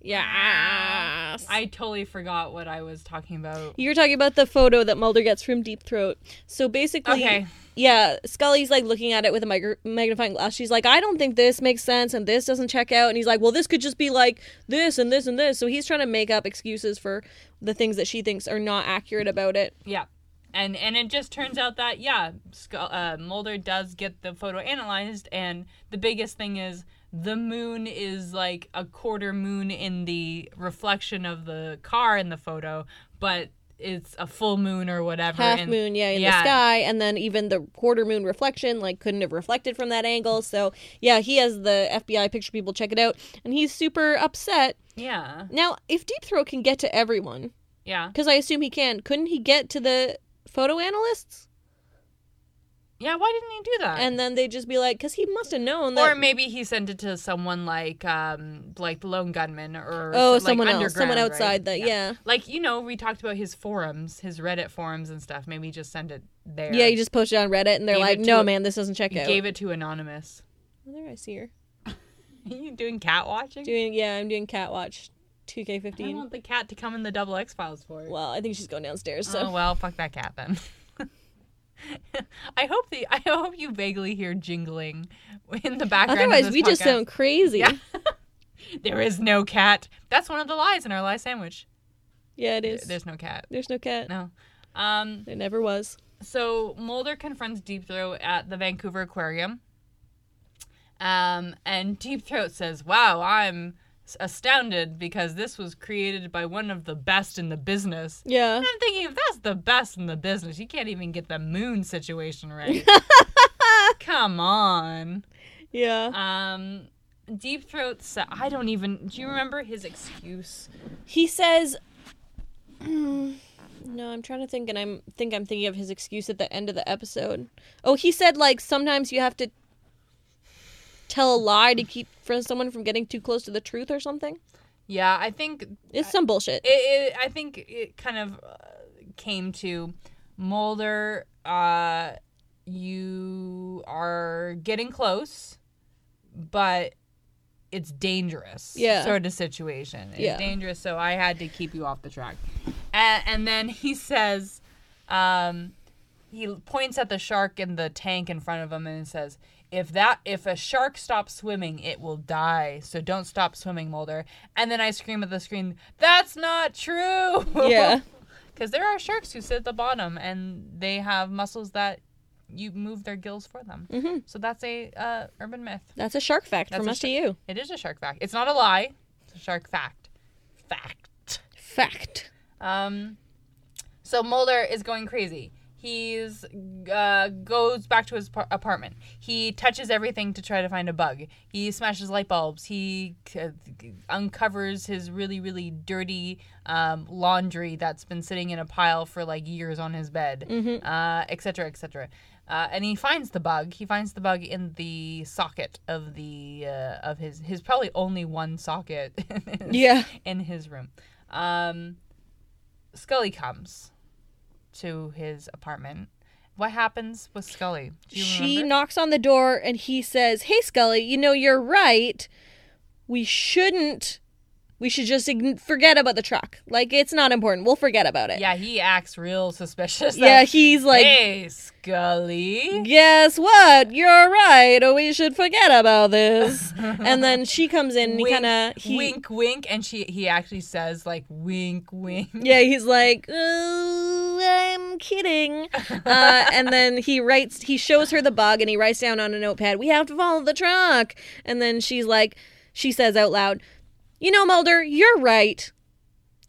Yeah.
totally forgot what i was talking about
You're talking about the photo that Mulder gets from Deep Throat. So basically,
Okay.
yeah, Scully's like looking at it with a micro- magnifying glass. She's like, I don't think this makes sense and this doesn't check out. And he's like, well, this could just be like this and this and this. So he's trying to make up excuses for the things that she thinks are not accurate about it.
Yeah. And and it just turns out that yeah, Sc- uh, Mulder does get the photo analyzed, and the biggest thing is the moon is like a quarter moon in the reflection of the car in the photo, but it's a full moon or whatever.
Half
and-
moon, yeah, in the sky. And then even the quarter moon reflection, like, couldn't have reflected from that angle. So yeah, he has the FBI picture people check it out. And he's super upset.
Yeah,
Now, if Deep Throat can get to everyone,
yeah,
Because I assume he can. Couldn't he get to the photo analysts?
yeah. Why didn't he do that?
And then they'd just be like, because he must have known that.
Uh, or maybe he sent it to someone like um like the lone gunman or
oh,
like
someone else. Someone
underground,
outside
right?
that, yeah.
Like you know, we talked about his forums, his Reddit forums and stuff. Maybe just send it there.
yeah. you just posted it on Reddit and they're
Gave
like,
it to
no,
a-
man, this doesn't check out.
gave it to anonymous. <laughs>
Oh, there I see her.
Are you doing cat watching?
Doing, yeah, I'm doing Catwatch
I
2K15.
want the cat to come in the double X files for it.
Well, I think she's going downstairs, so.
oh well, fuck that cat then. <laughs> I hope the I hope you vaguely hear jingling in the background. of
<laughs> Otherwise,
this
we just
podcast.
sound crazy.
Yeah. There is no cat. That's one of the lies in our lie sandwich.
Yeah, it is. There's,
There's no cat.
no cat.
No. Um.
There never was.
so Mulder confronts Deep Throat at the Vancouver Aquarium. Um, and Deep Throat says, Wow, I'm s- astounded because this was created by one of the best in the business.
Yeah.
And I'm thinking, if that's the best in the business, you can't even get the moon situation right. Come on.
Yeah.
Um, Deep Throat sa- I don't even. Do you remember his excuse?
He says. <clears throat> No, I'm trying to think, and I'm think I'm thinking of his excuse at the end of the episode. Oh, he said like sometimes you have to tell a lie to keep from someone from getting too close to the truth or something.
Yeah, I think
It's some bullshit.
it, it I think it kind of uh, came to Mulder. Uh, you are getting close, but it's dangerous.
Yeah.
sort of situation. It's
Yeah.
dangerous, so I had to keep you off the track. And, and then he says, um, he points at the shark in the tank in front of him and says, "If that if a shark stops swimming, it will die. So don't stop swimming, Mulder." And then I scream at the screen, "That's not true!" <laughs>
yeah,
because there are sharks who sit at the bottom and they have muscles that you move their gills for them. Mm-hmm. So that's a uh, urban myth.
that's a shark fact
That's
from
a
us to
sh-
you.
It is a shark fact. It's not a lie. It's a shark fact. Fact.
Fact.
Um, so Mulder is going crazy. He's uh, goes back to his par- apartment. He touches everything to try to find a bug. He smashes light bulbs. He c- uncovers his really really dirty um, laundry that's been sitting in a pile for like years on his bed, uh, et cetera, et cetera. Uh, and he finds the bug. He finds the bug in the socket of the uh, of his his probably only one socket <laughs>
Yeah,
in his room. Um, Scully comes to his apartment. What happens with Scully? Do you
she
remember?
knocks on the door and he says, "Hey, Scully, you know you're right. We shouldn't. We should just ign- forget about the truck. Like it's not important. We'll forget about it."
yeah, he acts real suspicious.
Yeah,
like,
he's like,
hey, Scully.
guess what? You're right. We should forget
<laughs>
about this. and then she comes in and he
Wink,
kind of he
wink, wink, and she he actually says like wink, <laughs> wink.
yeah he's like, oh, I'm I'm kidding. Uh, and then he writes, he shows her the bug and he writes down on a notepad, we have to follow the truck. And then she's like, she says out loud, you know, Mulder, you're right.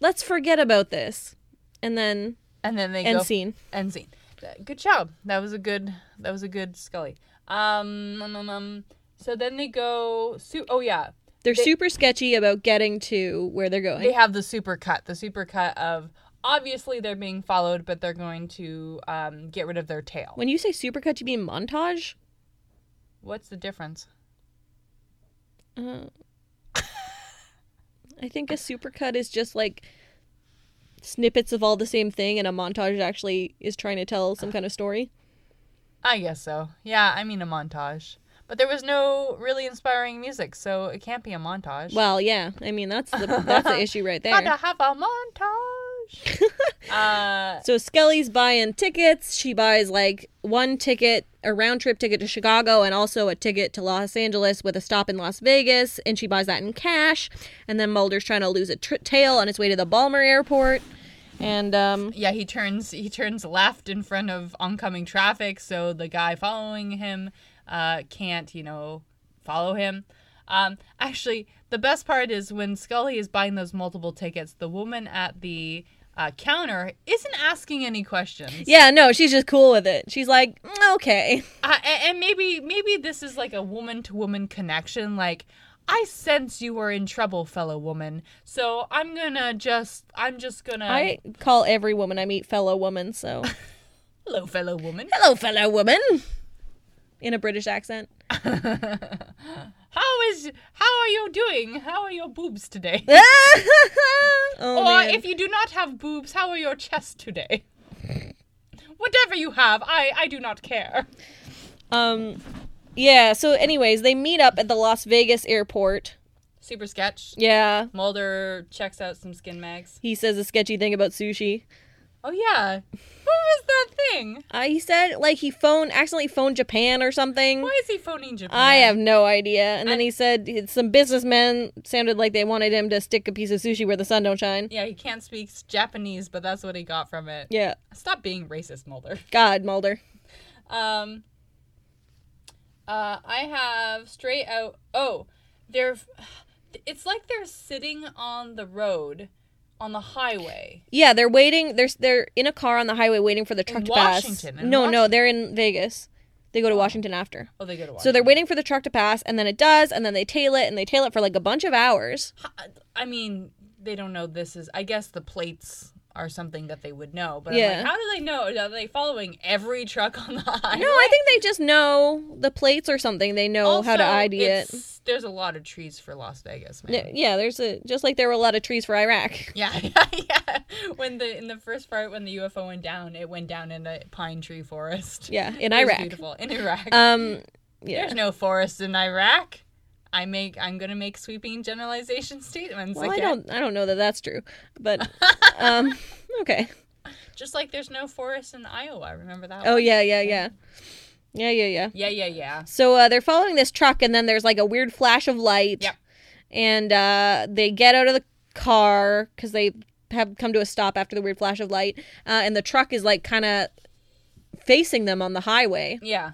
Let's forget about this. And then
And then they
end
go
scene.
end scene. Uh, Good job. That was a good. That was a good Scully. Um. um, um, um. So then they go. Su- oh yeah.
They're super sketchy about getting to where they're going.
They have the super cut. The super cut of obviously they're being followed, but they're going to um, get rid of their tail.
when you say supercut, you mean montage?
What's the difference?
Uh, I think a supercut is just like snippets of all the same thing, and a montage actually is trying to tell some kind of story.
I guess so. Yeah. I mean a montage. But there was no really inspiring music, so it can't be a montage.
Well, yeah, I mean that's the that's the issue right
gotta
there.
have a montage. uh,
So Skelly's buying tickets. She buys like one ticket, a round trip ticket to Chicago, and also a ticket to Los Angeles with a stop in Las Vegas, and she buys that in cash. And then Mulder's trying to lose a tr- tail on his way to the Balmer Airport, and um,
yeah he turns he turns left in front of oncoming traffic so the guy following him uh, can't you know follow him um, actually the best part is when scully is buying those multiple tickets the woman at the uh, counter isn't asking any questions
Yeah, no, she's just cool with it. She's like, "Mm, okay. <laughs>
uh, a- and maybe maybe this is like a woman to woman connection like I sense you are in trouble, fellow woman. So I'm gonna just, I'm just gonna.
I call every woman I meet fellow woman, so.
Hello, fellow woman.
<laughs> Hello, fellow woman! In a British <laughs> accent.
How is how are you doing? How are your boobs <laughs> today?
oh,
or
man.
if you do not have boobs, how are your chest today? <laughs> Whatever you have, I I do not care.
um, yeah, so, anyways, they meet up at the Las Vegas airport.
Super sketch.
Yeah.
Mulder checks out some skin mags.
He says a sketchy thing about sushi.
Oh yeah. What was that thing?
Uh, he said, like, he phoned, accidentally phoned Japan or something.
Why is he phoning Japan?
I have no idea. And then he said some businessmen sounded like they wanted him to stick a piece of sushi where the sun don't shine.
Yeah, he can't speak Japanese, but that's what he got from it.
Yeah.
Stop being racist, Mulder.
God, Mulder.
Um, uh, I have straight out. Oh, they're. It's like they're sitting on the road, on the highway.
Yeah, they're waiting. They're they're in a car on the highway waiting for the truck to pass.
Washington, in
No, no,
Washington.
they're in Vegas. They go to Washington after.
Oh, they go to Washington.
So they're waiting for the truck to pass, and then it does, and then they tail it, and they tail it for like a bunch of hours.
I mean, they don't know this is. I guess the plates are something that they would know. But I'm
Yeah.
like, how do they know? Are they following every truck on the highway?
No, I think they just know the plates or something. They know how to
Also,
ID it.
it's- There's a lot of trees for Las Vegas, man.
Yeah, yeah, there's a just like there were a lot of trees for Iraq. <laughs>
Yeah, <laughs> yeah, yeah. When the in the first part when the UFO went down, it went down in a pine tree forest.
Yeah, in
It was
Iraq.
Beautiful in Iraq.
Um, yeah.
There's no forest in Iraq. I make I'm gonna make sweeping generalization statements
Well, I
again.
don't, I don't know that that's true,
<laughs>
but um, okay.
Just like there's no forest in Iowa. Remember that?
Oh
one?
yeah, yeah, yeah, yeah, yeah, yeah.
Yeah, yeah, yeah.
So uh, they're following this truck, and then there's like a weird flash of light.
Yep.
And uh, they get out of the car because they have come to a stop after the weird flash of light. Uh, and the truck is like kind of facing them on the highway,
Yeah.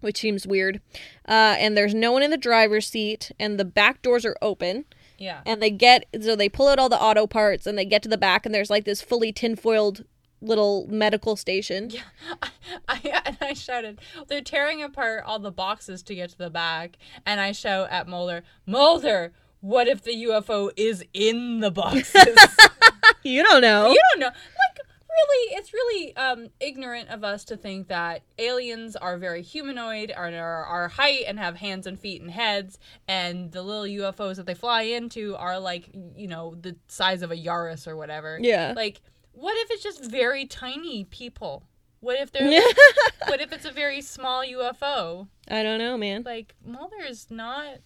which seems weird. Uh, and there's no one in the driver's seat, and the back doors are open.
Yeah.
And they get, so they pull out all the auto parts, and they get to the back, and there's like this fully tinfoiled little medical station.
Yeah. <laughs> I, I, and I shouted, they're tearing apart all the boxes to get to the back. And I shout at Mulder, Mulder, what if the UFO is in the
<laughs>
boxes?
You don't know.
you don't know like really it's really um ignorant of us to think that aliens are very humanoid are are, are height and have hands and feet and heads and the little ufos that they fly into are like you know the size of a yaris or whatever
Yeah.
like what if it's just very tiny people what if they're <laughs> what if it's a very small ufo
I don't know, man.
like mulder is not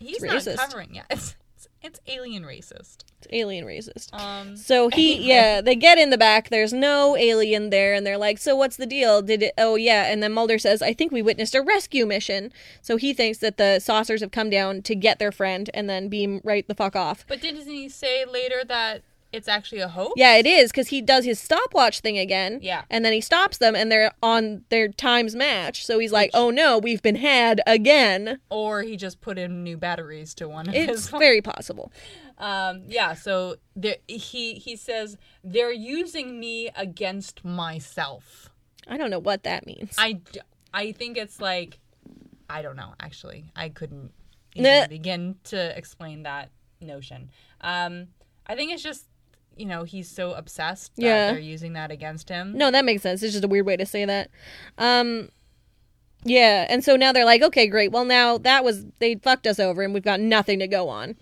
he's
It's
not
racist.
covering it <laughs> it's, it's it's alien racist
It's alien racist.
um <laughs>
So he, yeah, they get in the back. There's no alien there, and they're like, "So what's the deal? Did it? Oh yeah." And then Mulder says, "I think we witnessed a rescue mission." So he thinks that the saucers have come down to get their friend and then beam right the fuck off.
But didn't he say later that it's actually a hoax?
Yeah, it is because he does his stopwatch thing again.
Yeah.
and then he stops them, and they're on their times match. So he's like, "Oh no, we've been had
<laughs>
again."
Or he just put in new batteries to one of
It's
his.
very possible.
Um, yeah, so there, he he says they're using me against myself.
I don't know what that means.
I, d- I think it's like I don't know actually. I couldn't
Nah.
even begin to explain that notion. Um, I think it's just you know he's so obsessed that
Yeah.
they're using that against him.
No, that makes sense. It's just a weird way to say that. Um yeah, and so now they're like, okay, great. Well, now that was they fucked us over, and we've got nothing to go on.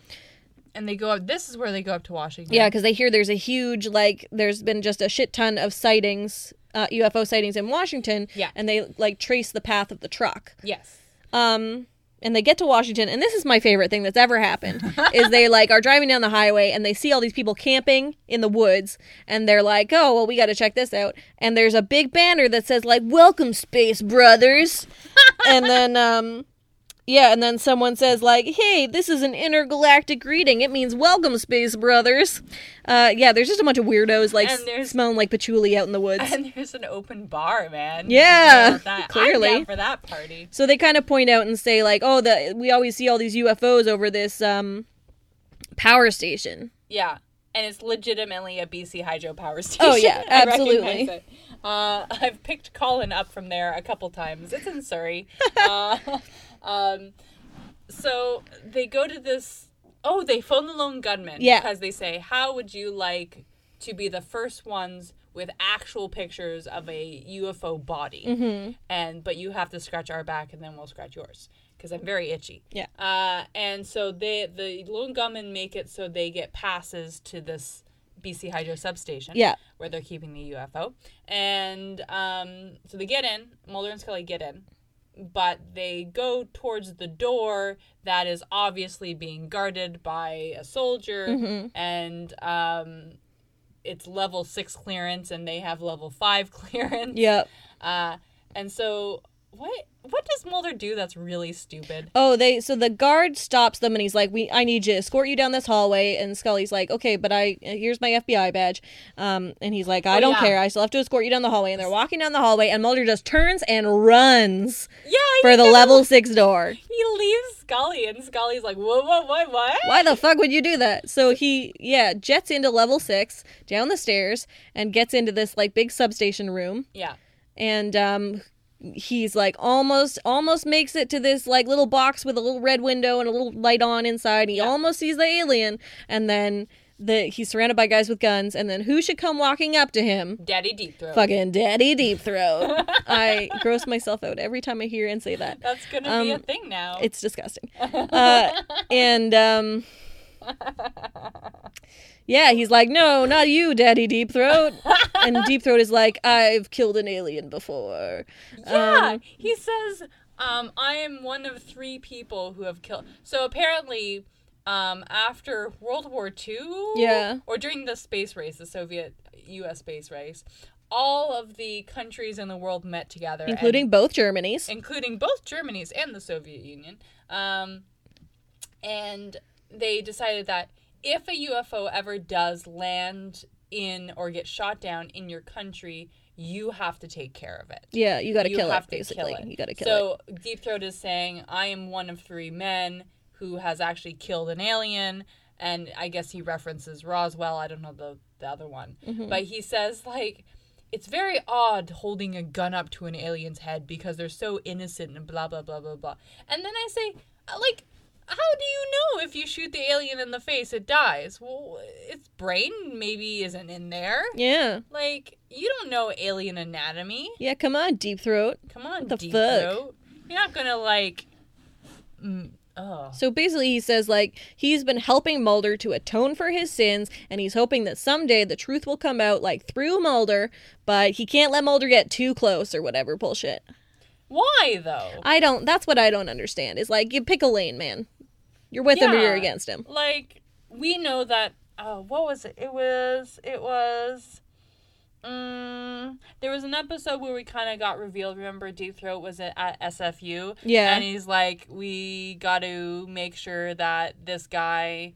And they go up. This is where they go up to Washington.
Yeah, because they hear there's a huge like, there's been just a shit ton of sightings, uh, UFO sightings in Washington.
Yeah.
and they like trace the path of the truck.
Yes. <laughs>
Um, and they get to Washington, and this is my favorite thing that's ever happened is
<laughs>
they like are driving down the highway and they see all these people camping in the woods, and they're like, "Oh, well, we got to check this out." And there's a big banner that says like, "Welcome, space
<laughs>
brothers," and then um. Yeah, and then someone says like, "Hey, this is an intergalactic greeting. It means welcome, space brothers." Uh, yeah, there's just a bunch of weirdos like
And there's-
smelling like patchouli out in
<laughs>
the woods.
And there's an open bar, man.
Yeah,
You know that.
clearly.
I'm down for that party.
So they kind of point out and say like, "Oh, the we always see all these UFOs over this um power station."
Yeah. And it's legitimately a BC Hydro power <laughs> station.
Oh, yeah,
I recognize
absolutely.
it. Uh, <laughs> I've picked Colin up from there a couple times. It's in
<laughs>
Surrey. uh, <laughs> um, so they go to this. Oh, they phone the lone gunman.
Yeah.
Because they say, how would you like to be the first ones with actual pictures of a UFO body?
Mm-hmm.
And but you have to scratch our back, and then we'll scratch yours because I'm very itchy.
Yeah.
Uh, and so they the lone gunmen make it so they get passes to this BC Hydro substation.
Yeah.
Where they're keeping the UFO, and um, so they get in. Mulder and Scully get in, but they go towards the door that is obviously being guarded by a soldier,
Mm-hmm.
and um, it's level six clearance, and they have level five <laughs> clearance.
Yep.
Uh, and so what what does Mulder do that's really stupid?
Oh, they so the guard stops them and he's like, "We I need you to escort you down this hallway." And Scully's like, "Okay, but I here's my FBI badge." Um and he's like, "I
Oh,
don't
yeah.
care. I still have to escort you down the hallway." And they're walking down the hallway and Mulder just turns and runs
Yeah, I
for the
think
level 6 door.
He leaves Scully, and Scully's like, "Whoa, whoa, what, what?"
Why the fuck would you do that? So he, yeah, jets into level 6 down the stairs and gets into this like big substation room.
Yeah,
and um he's like almost almost makes it to this like little box with a little red window and a little light on inside and he almost sees the alien and then the he's surrounded by guys with guns and then who should come walking up to him
Daddy Deep Throat.
fucking daddy deep throat i gross myself out every time i hear and say that
That's gonna be a
Um,
thing now.
it's disgusting uh, and um yeah he's like no not you daddy deep throat and deep throat is like i've killed an alien before
yeah, he says, um, "I am one of three people who have killed." So apparently, um, after World War II,
Yeah.
or during the space race, the Soviet-U.S. space race, all of the countries in the world met together, and-
including both Germany's.
including both Germany's and the Soviet Union. Um, and they decided that if a UFO ever does land in or get shot down in your country, you have to take care of it.
yeah, you got to
You
kill
have
it. Basically, you got to kill
so
it.
Deep Throat is saying, I am one of three men who has actually killed an alien. And I guess he references Roswell. I don't know the, the other one.
Mm-hmm.
But he says, like, it's very odd holding a gun up to an alien's head because they're so innocent and blah, blah, blah, blah, blah. And then I say, "Uh, like, how do you know if you shoot the alien in the face, it dies? Well, its brain maybe isn't in there.
Yeah,
Like, you don't know alien anatomy.
yeah. Come on, deep throat.
Come on,
the
deep
fuck?
throat. You're not gonna like. Mm, oh,
So basically, he says like he's been helping Mulder to atone for his sins, and he's hoping that someday the truth will come out like through Mulder, but he can't let Mulder get too close or whatever bullshit.
why though?
I don't. That's what I don't understand. Is like you pick a lane, man. You're with him or you're
Yeah.
against him.
Like we know that. Uh, what was it? It was. It was. Um, there was an episode where we kind of got revealed. Remember, Deep Throat was at, at SFU.
Yeah.
and he's like, we got to make sure that this guy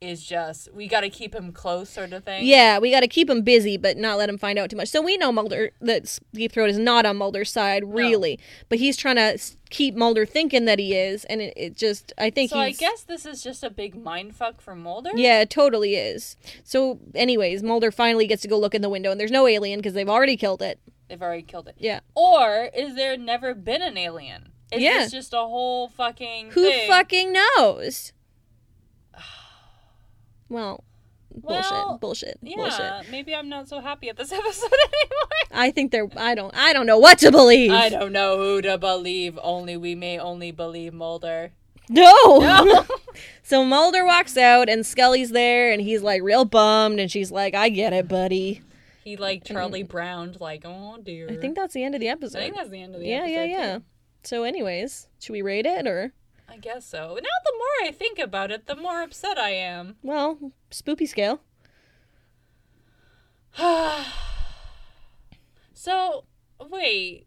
is just we got to keep him close, sort of thing.
Yeah, we got to keep him busy, but not let him find out too much. So we know Mulder that Deep Throat is not on Mulder's side, really, but he's trying to s- keep Mulder thinking that he is, and it, it just I think
So I
he's
guess this is just a big mind fuck for Mulder.
yeah, it totally is. So, anyways, Mulder finally gets to go look in the window, and there's no alien because they've already killed it.
They've already killed it.
Yeah,
Or is there never been an alien? Is
Yeah.
this just a whole fucking
who
thing?
fucking knows? Well,
Well,
bullshit, bullshit,
Yeah,
bullshit.
maybe I'm not so happy at this <laughs> episode anymore.
I think they're. I don't. I don't know what to believe.
I don't know who to believe. Only we may only believe Mulder.
No. <laughs> so Mulder walks out, and Scully's there, and he's like real bummed, and she's like, "I get it, buddy."
He like Charlie Browned, like, oh dear.
Mm-hmm. I think that's the end of the
I
episode.
think that's the end of the
yeah,
episode.
yeah,
too.
yeah. So, anyways, should we rate it or?
I guess so. Now the more I think about it, the more upset I am.
Well, spoopy scale.
So wait.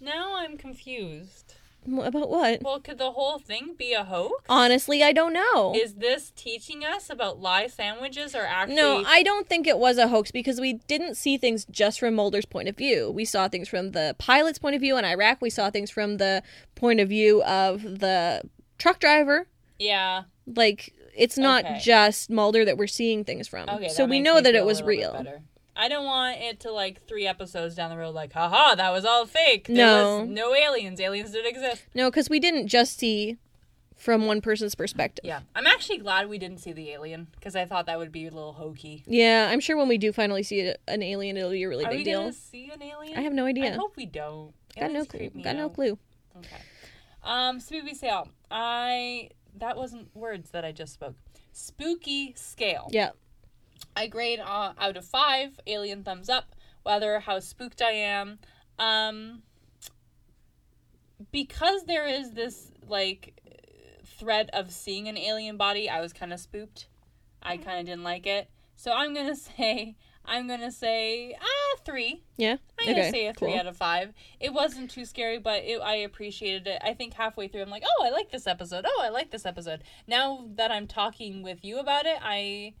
Now I'm confused.
M- About what?
Well, could the whole thing be a hoax?
Honestly, I don't know.
Is this teaching us about lie sandwiches or actually?
no, I don't think it was a hoax because we didn't see things just from Mulder's point of view. We saw things from the pilot's point of view in Iraq. We saw things from the point of view of the truck driver
Yeah.
like it's not
Okay.
just Mulder that we're seeing things from.
Okay.
so
that
we
makes
know
me
that
feel
it
a
was
little bit
real.
better. I don't want it to like three episodes down the road, like, haha, that was all fake. There
No.
was no aliens. Aliens didn't exist.
No, because we didn't just see from one person's perspective.
Yeah. I'm actually glad we didn't see the alien because I thought that would be a little hokey.
Yeah, I'm sure when we do finally see it, an alien, it'll be a really
Are
big
we
deal.
gonna see an alien?
I have no
I
idea.
hope we don't.
Got no
Aliens
clue.
creep me
Got no
out.
clue.
Okay. Um, spooky scale. I that wasn't words that I just spoke. Spooky scale.
Yeah.
I grade uh, out of five. Alien thumbs up. Whether how spooked I am. Um, because there is this like threat of seeing an alien body, I was kind of spooked. I kind of didn't like it. So I'm gonna <laughs> say I'm gonna say ah three.
Yeah.
I'm gonna say a three out of five. It wasn't too scary, but it, I appreciated it. I think halfway through, I'm like, oh, I like this episode. Oh, I like this episode. Now that I'm talking with you about it, I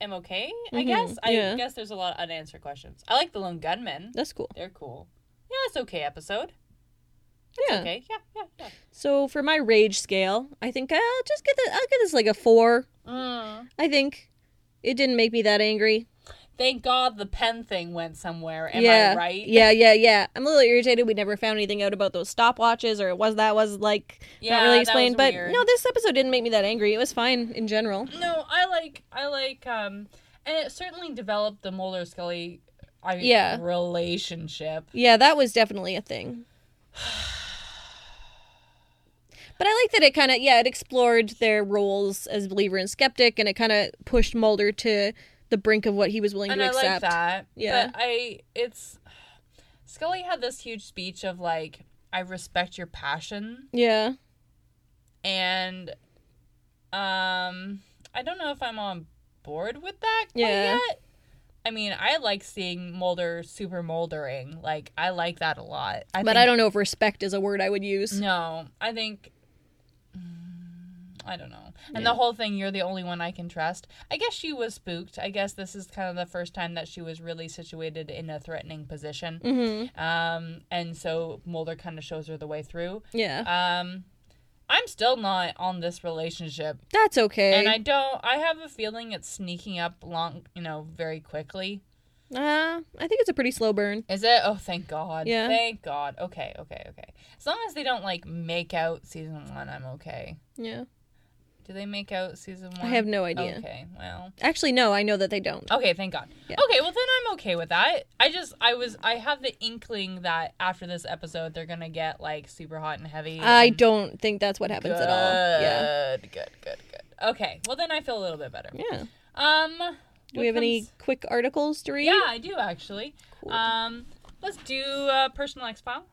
am okay. I guess. I
Mm-hmm. yeah.
guess there's a lot of unanswered questions. I like the Lone Gunman.
That's cool.
They're cool. Yeah, it's okay episode.
Yeah.
Okay, yeah, yeah, yeah.
So for my rage scale, I think I'll just get the I'll get this like a four. I think it didn't make me that angry.
Thank God the pen thing went somewhere. Am
yeah.
I right?
Yeah, yeah, yeah. I'm a little irritated. We never found anything out about those stopwatches or it was that was like
Yeah,
not really
that was
explained. But
weird.
no, this episode didn't make me that angry. It was fine in general.
No, I like I like um and it certainly developed the Mulder Scully I
Yeah.
relationship.
Yeah, that was definitely a thing. <sighs> But I like that it kind of yeah it explored their roles as believer and skeptic, and it kind of pushed Mulder to the brink of what he was willing
and
to
I
accept.
like that.
Yeah.
But I it's Scully had this huge speech of like I respect your passion
Yeah,
and um I don't know if I'm on board with that quite
Yeah.
yet. I mean, I like seeing Mulder super moldering. Like I like that a lot. I Mm-hmm.
but I don't know if respect is a word I would use.
No, I think Mm, I don't know. And the whole thing, you're the only one I can trust. I guess she was spooked. I guess this is kind of the first time that she was really situated in a threatening position.
Mm-hmm.
Um, and so Mulder kind of shows her the way through.
Yeah,
Um, I'm still not on this relationship,
that's okay.
and I don't. I have a feeling it's sneaking up long, you know, very quickly.
uh, I think it's a pretty slow burn.
Is it? Oh, thank God.
Yeah.
Thank God. Okay, okay, okay. As long as they don't like make out season one, I'm okay.
Yeah.
Do they make out season one?
I have no idea.
Um, Okay, well.
Actually, no, I know that they don't.
Okay, thank God. Okay, well then I'm okay with that. I just I was I have the inkling that after this episode they're gonna get like super hot and heavy.
I
and
don't think that's what happens
good,
at all. Yeah.
good, good, good. Okay, well then I feel a little bit better.
Yeah.
Um,
Do we have any quick articles to read?
Yeah, I do actually. Um, let's do uh, personal X file.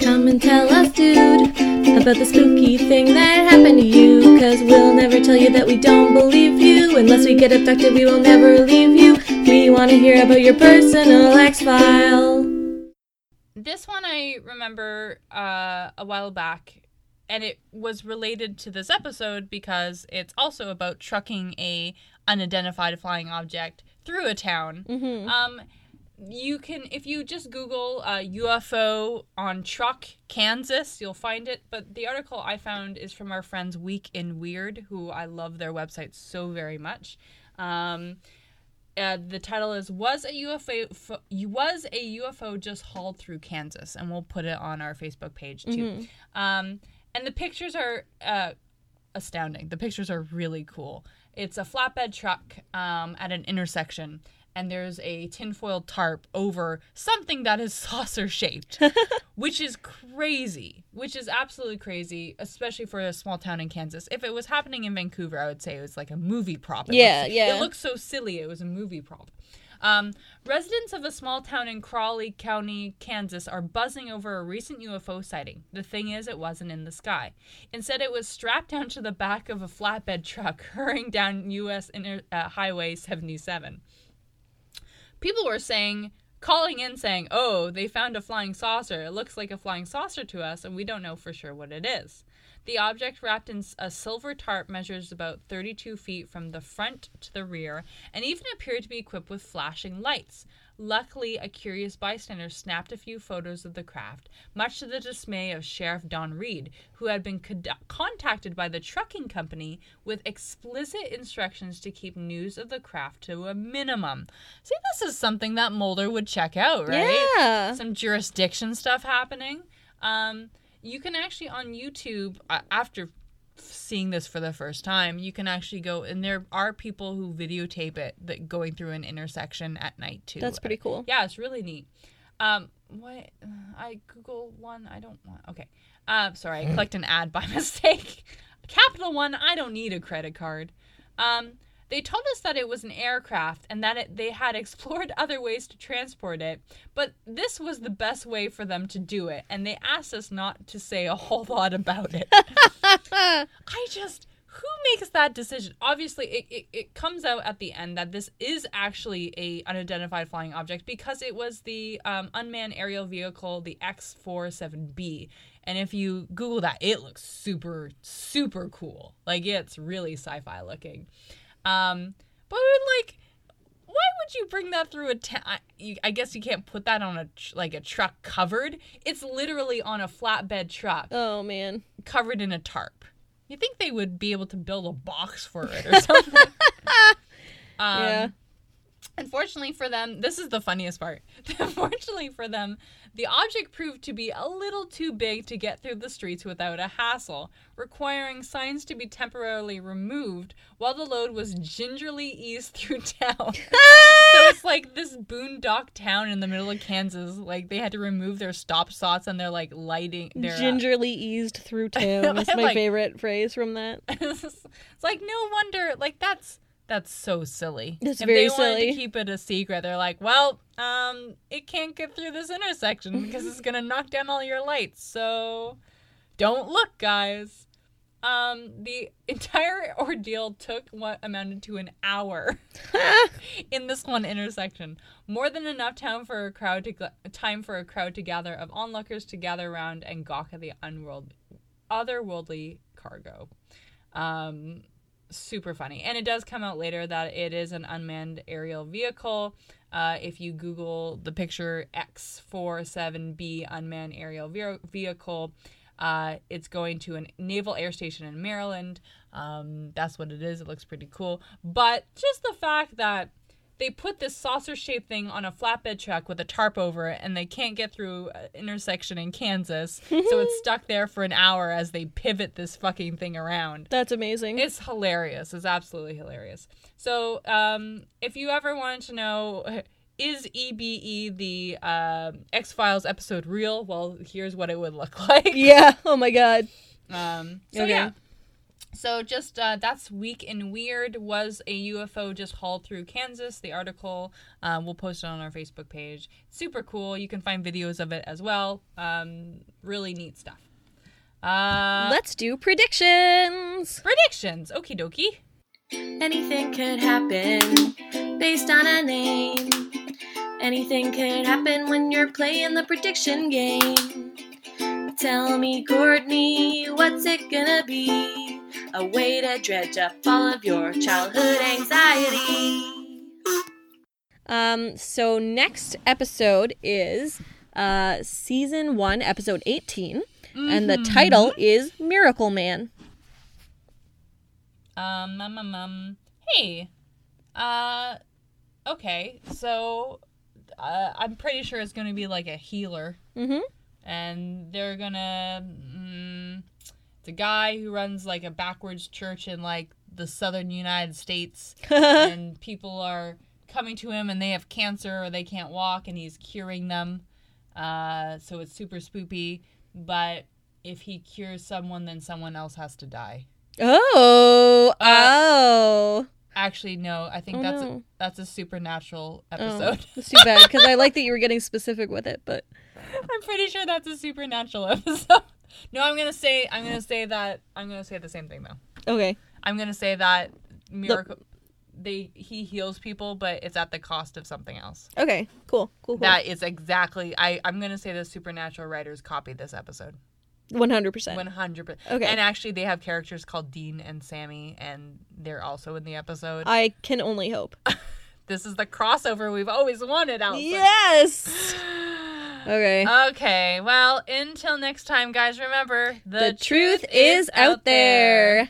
Come and tell us, dude, about the spooky thing that happened to you. Cause we'll never tell you that we don't believe you. Unless we get abducted, we will never leave you. We wanna hear about your personal X file.
This one I remember uh, a while back and it was related to this episode because it's also about trucking a unidentified flying object through a town. Um, you can if you just Google uh, UFO on truck Kansas, you'll find it. But the article I found is from our friends Week in Weird, who I love their website so very much. Um, uh, the title is "Was a UFO f- Was a UFO just hauled through Kansas?" and we'll put it on our Facebook page too.
Mm-hmm.
Um, and the pictures are uh, astounding. The pictures are really cool. It's a flatbed truck um, at an intersection, and there's a tinfoil tarp over something that is <laughs> saucer
<laughs>
shaped, which is crazy. Which is absolutely crazy, especially for a small town in Kansas. If it was happening in Vancouver, I would say it was like a movie prop. It
Yeah,
looks-
yeah.
It looks so silly. It was a movie prop. Um, residents of a small town in Crawley County, Kansas, are buzzing over a recent UFO sighting. The thing is, it wasn't in the sky. Instead, it was strapped down to the back of a flatbed truck <laughs> hurrying down U.S. Inter- uh, Highway 77. People were saying, calling in saying, oh, they found a flying saucer. It looks like a flying saucer to us, and we don't know for sure what it is. The object wrapped in s- a silver tarp measures about 32 feet from the front to the rear and even appeared to be equipped with flashing lights. Luckily, a curious bystander snapped a few photos of the craft, much to the dismay of Sheriff Don Reed, who had been con- contacted by the trucking company with explicit instructions to keep news of the craft to a minimum. See, this is something that Mulder would check out, right?
Yeah.
some jurisdiction stuff happening. Um, you can actually on YouTube uh, after seeing this for the first time, you can actually go and there are people who videotape it that going through an intersection at night too.
That's pretty cool.
Yeah, it's really neat. Um, what uh, I Google one, I don't want. Okay, uh, sorry, I clicked an ad by <laughs> mistake. Capital One, I don't need a credit card. Um, they told us that it was an aircraft and that it, they had <laughs> explored other ways to transport it, but this was the best way for them to do it, and they asked us not to say a whole lot about it. I just who makes that decision? Obviously, it, it, it comes out at the end that this is actually a unidentified flying object because it was the um, unmanned aerial vehicle, the X-47B. And if you Google that, it looks super, super cool. Like, it's really sci-fi looking. Um, but, like, why would you bring that through a ta- I- you, I guess you can't put that on a, tr- like, a truck covered. It's literally on a flatbed truck
Oh man.
covered in a tarp. You think they would be able to build a box for it <laughs> or something? um,
yeah.
Unfortunately for them, this is the funniest part. <laughs> Unfortunately for them, the object proved to be a little too big to get through the streets without a hassle, requiring signs to be temporarily removed while the load was gingerly eased <laughs> through town. so it's like this boondock town in the middle of Kansas. Like they had to remove their stop signs and their like lighting. Their, uh,
Gingerly eased
<laughs>
through town. That's my
Like-
favorite phrase from that.
<laughs> it's like no wonder like that's that's so silly.
That's
if
very
they wanted
silly.
to keep it a secret, they're like, well, um, it can't get through this intersection because it's gonna knock down all your lights. So don't look, guys. Um, the <laughs> entire ordeal took what amounted to an
<laughs>
hour in this one intersection. More than enough time for a crowd to gla- time for a crowd to gather of onlookers to gather around and gawk at the unworld otherworldly cargo. Um, super funny, and it does come out later that it is an unmanned aerial vehicle. Uh, if you Google the picture X47B unmanned aerial ve- vehicle, uh, it's going to a naval air station in Maryland. Um, that's what it is. It looks pretty cool. But just the fact that they put this saucer shaped thing on a flatbed truck with a tarp over it and they can't get through an intersection in Kansas. so it's stuck there for an hour as they pivot this fucking thing around.
That's amazing.
It's hilarious. It's absolutely hilarious. So, um, if you ever wanted to know, <laughs> is EBE the um X Files episode real? Well, here's what it would look <laughs> like.
yeah. Oh my god.
Um, so
Okay.
yeah. So just uh, that's weak and weird. Was a UFO just hauled through Kansas? The article um, we'll post it on our Facebook page. Super cool. You can find videos of it as well. Um, really neat stuff. Uh,
Let's do predictions.
predictions. Okie dokie.
Anything could happen based on a name. Anything could happen when you're playing the prediction game. Tell me, Courtney, what's it gonna be? A way to dredge up all of your childhood anxiety.
Um, so next episode is uh, season one, episode 18, and the title is Miracle Man.
Um, um, um, um. Hey. Uh, okay. So, uh, I'm pretty sure it's gonna be like a healer,
Mm-hmm.
and they're gonna. Mm, it's a guy who runs like a backwards church in like the southern United States, and people are coming to him, and they have cancer or they can't walk, and he's curing them. Uh, so it's super spoopy, but if he cures someone, then someone else has to die.
Oh, oh.
Actually, no. I think
Oh,
that's a,
no.
that's a supernatural
Oh,
episode. <laughs>
that's too bad because I like that you were getting specific with it, but
I'm pretty sure that's a supernatural <laughs> episode. No, I'm gonna say I'm gonna say that I'm gonna say the same thing though.
okay.
I'm gonna say that miracle. They he heals people, but it's at the cost of something else.
Okay, cool, cool, cool.
That is exactly. I I'm gonna say the supernatural writers copied this episode.
100%.
One hundred percent.
Uh, Okay.
And actually, they have characters called Dean and Sammy, and they're also in the episode.
I can only hope.
this is the crossover we've always wanted. Allison.
Yes! Okay.
Uh, Okay, well, until next time, guys, remember
the truth is out there.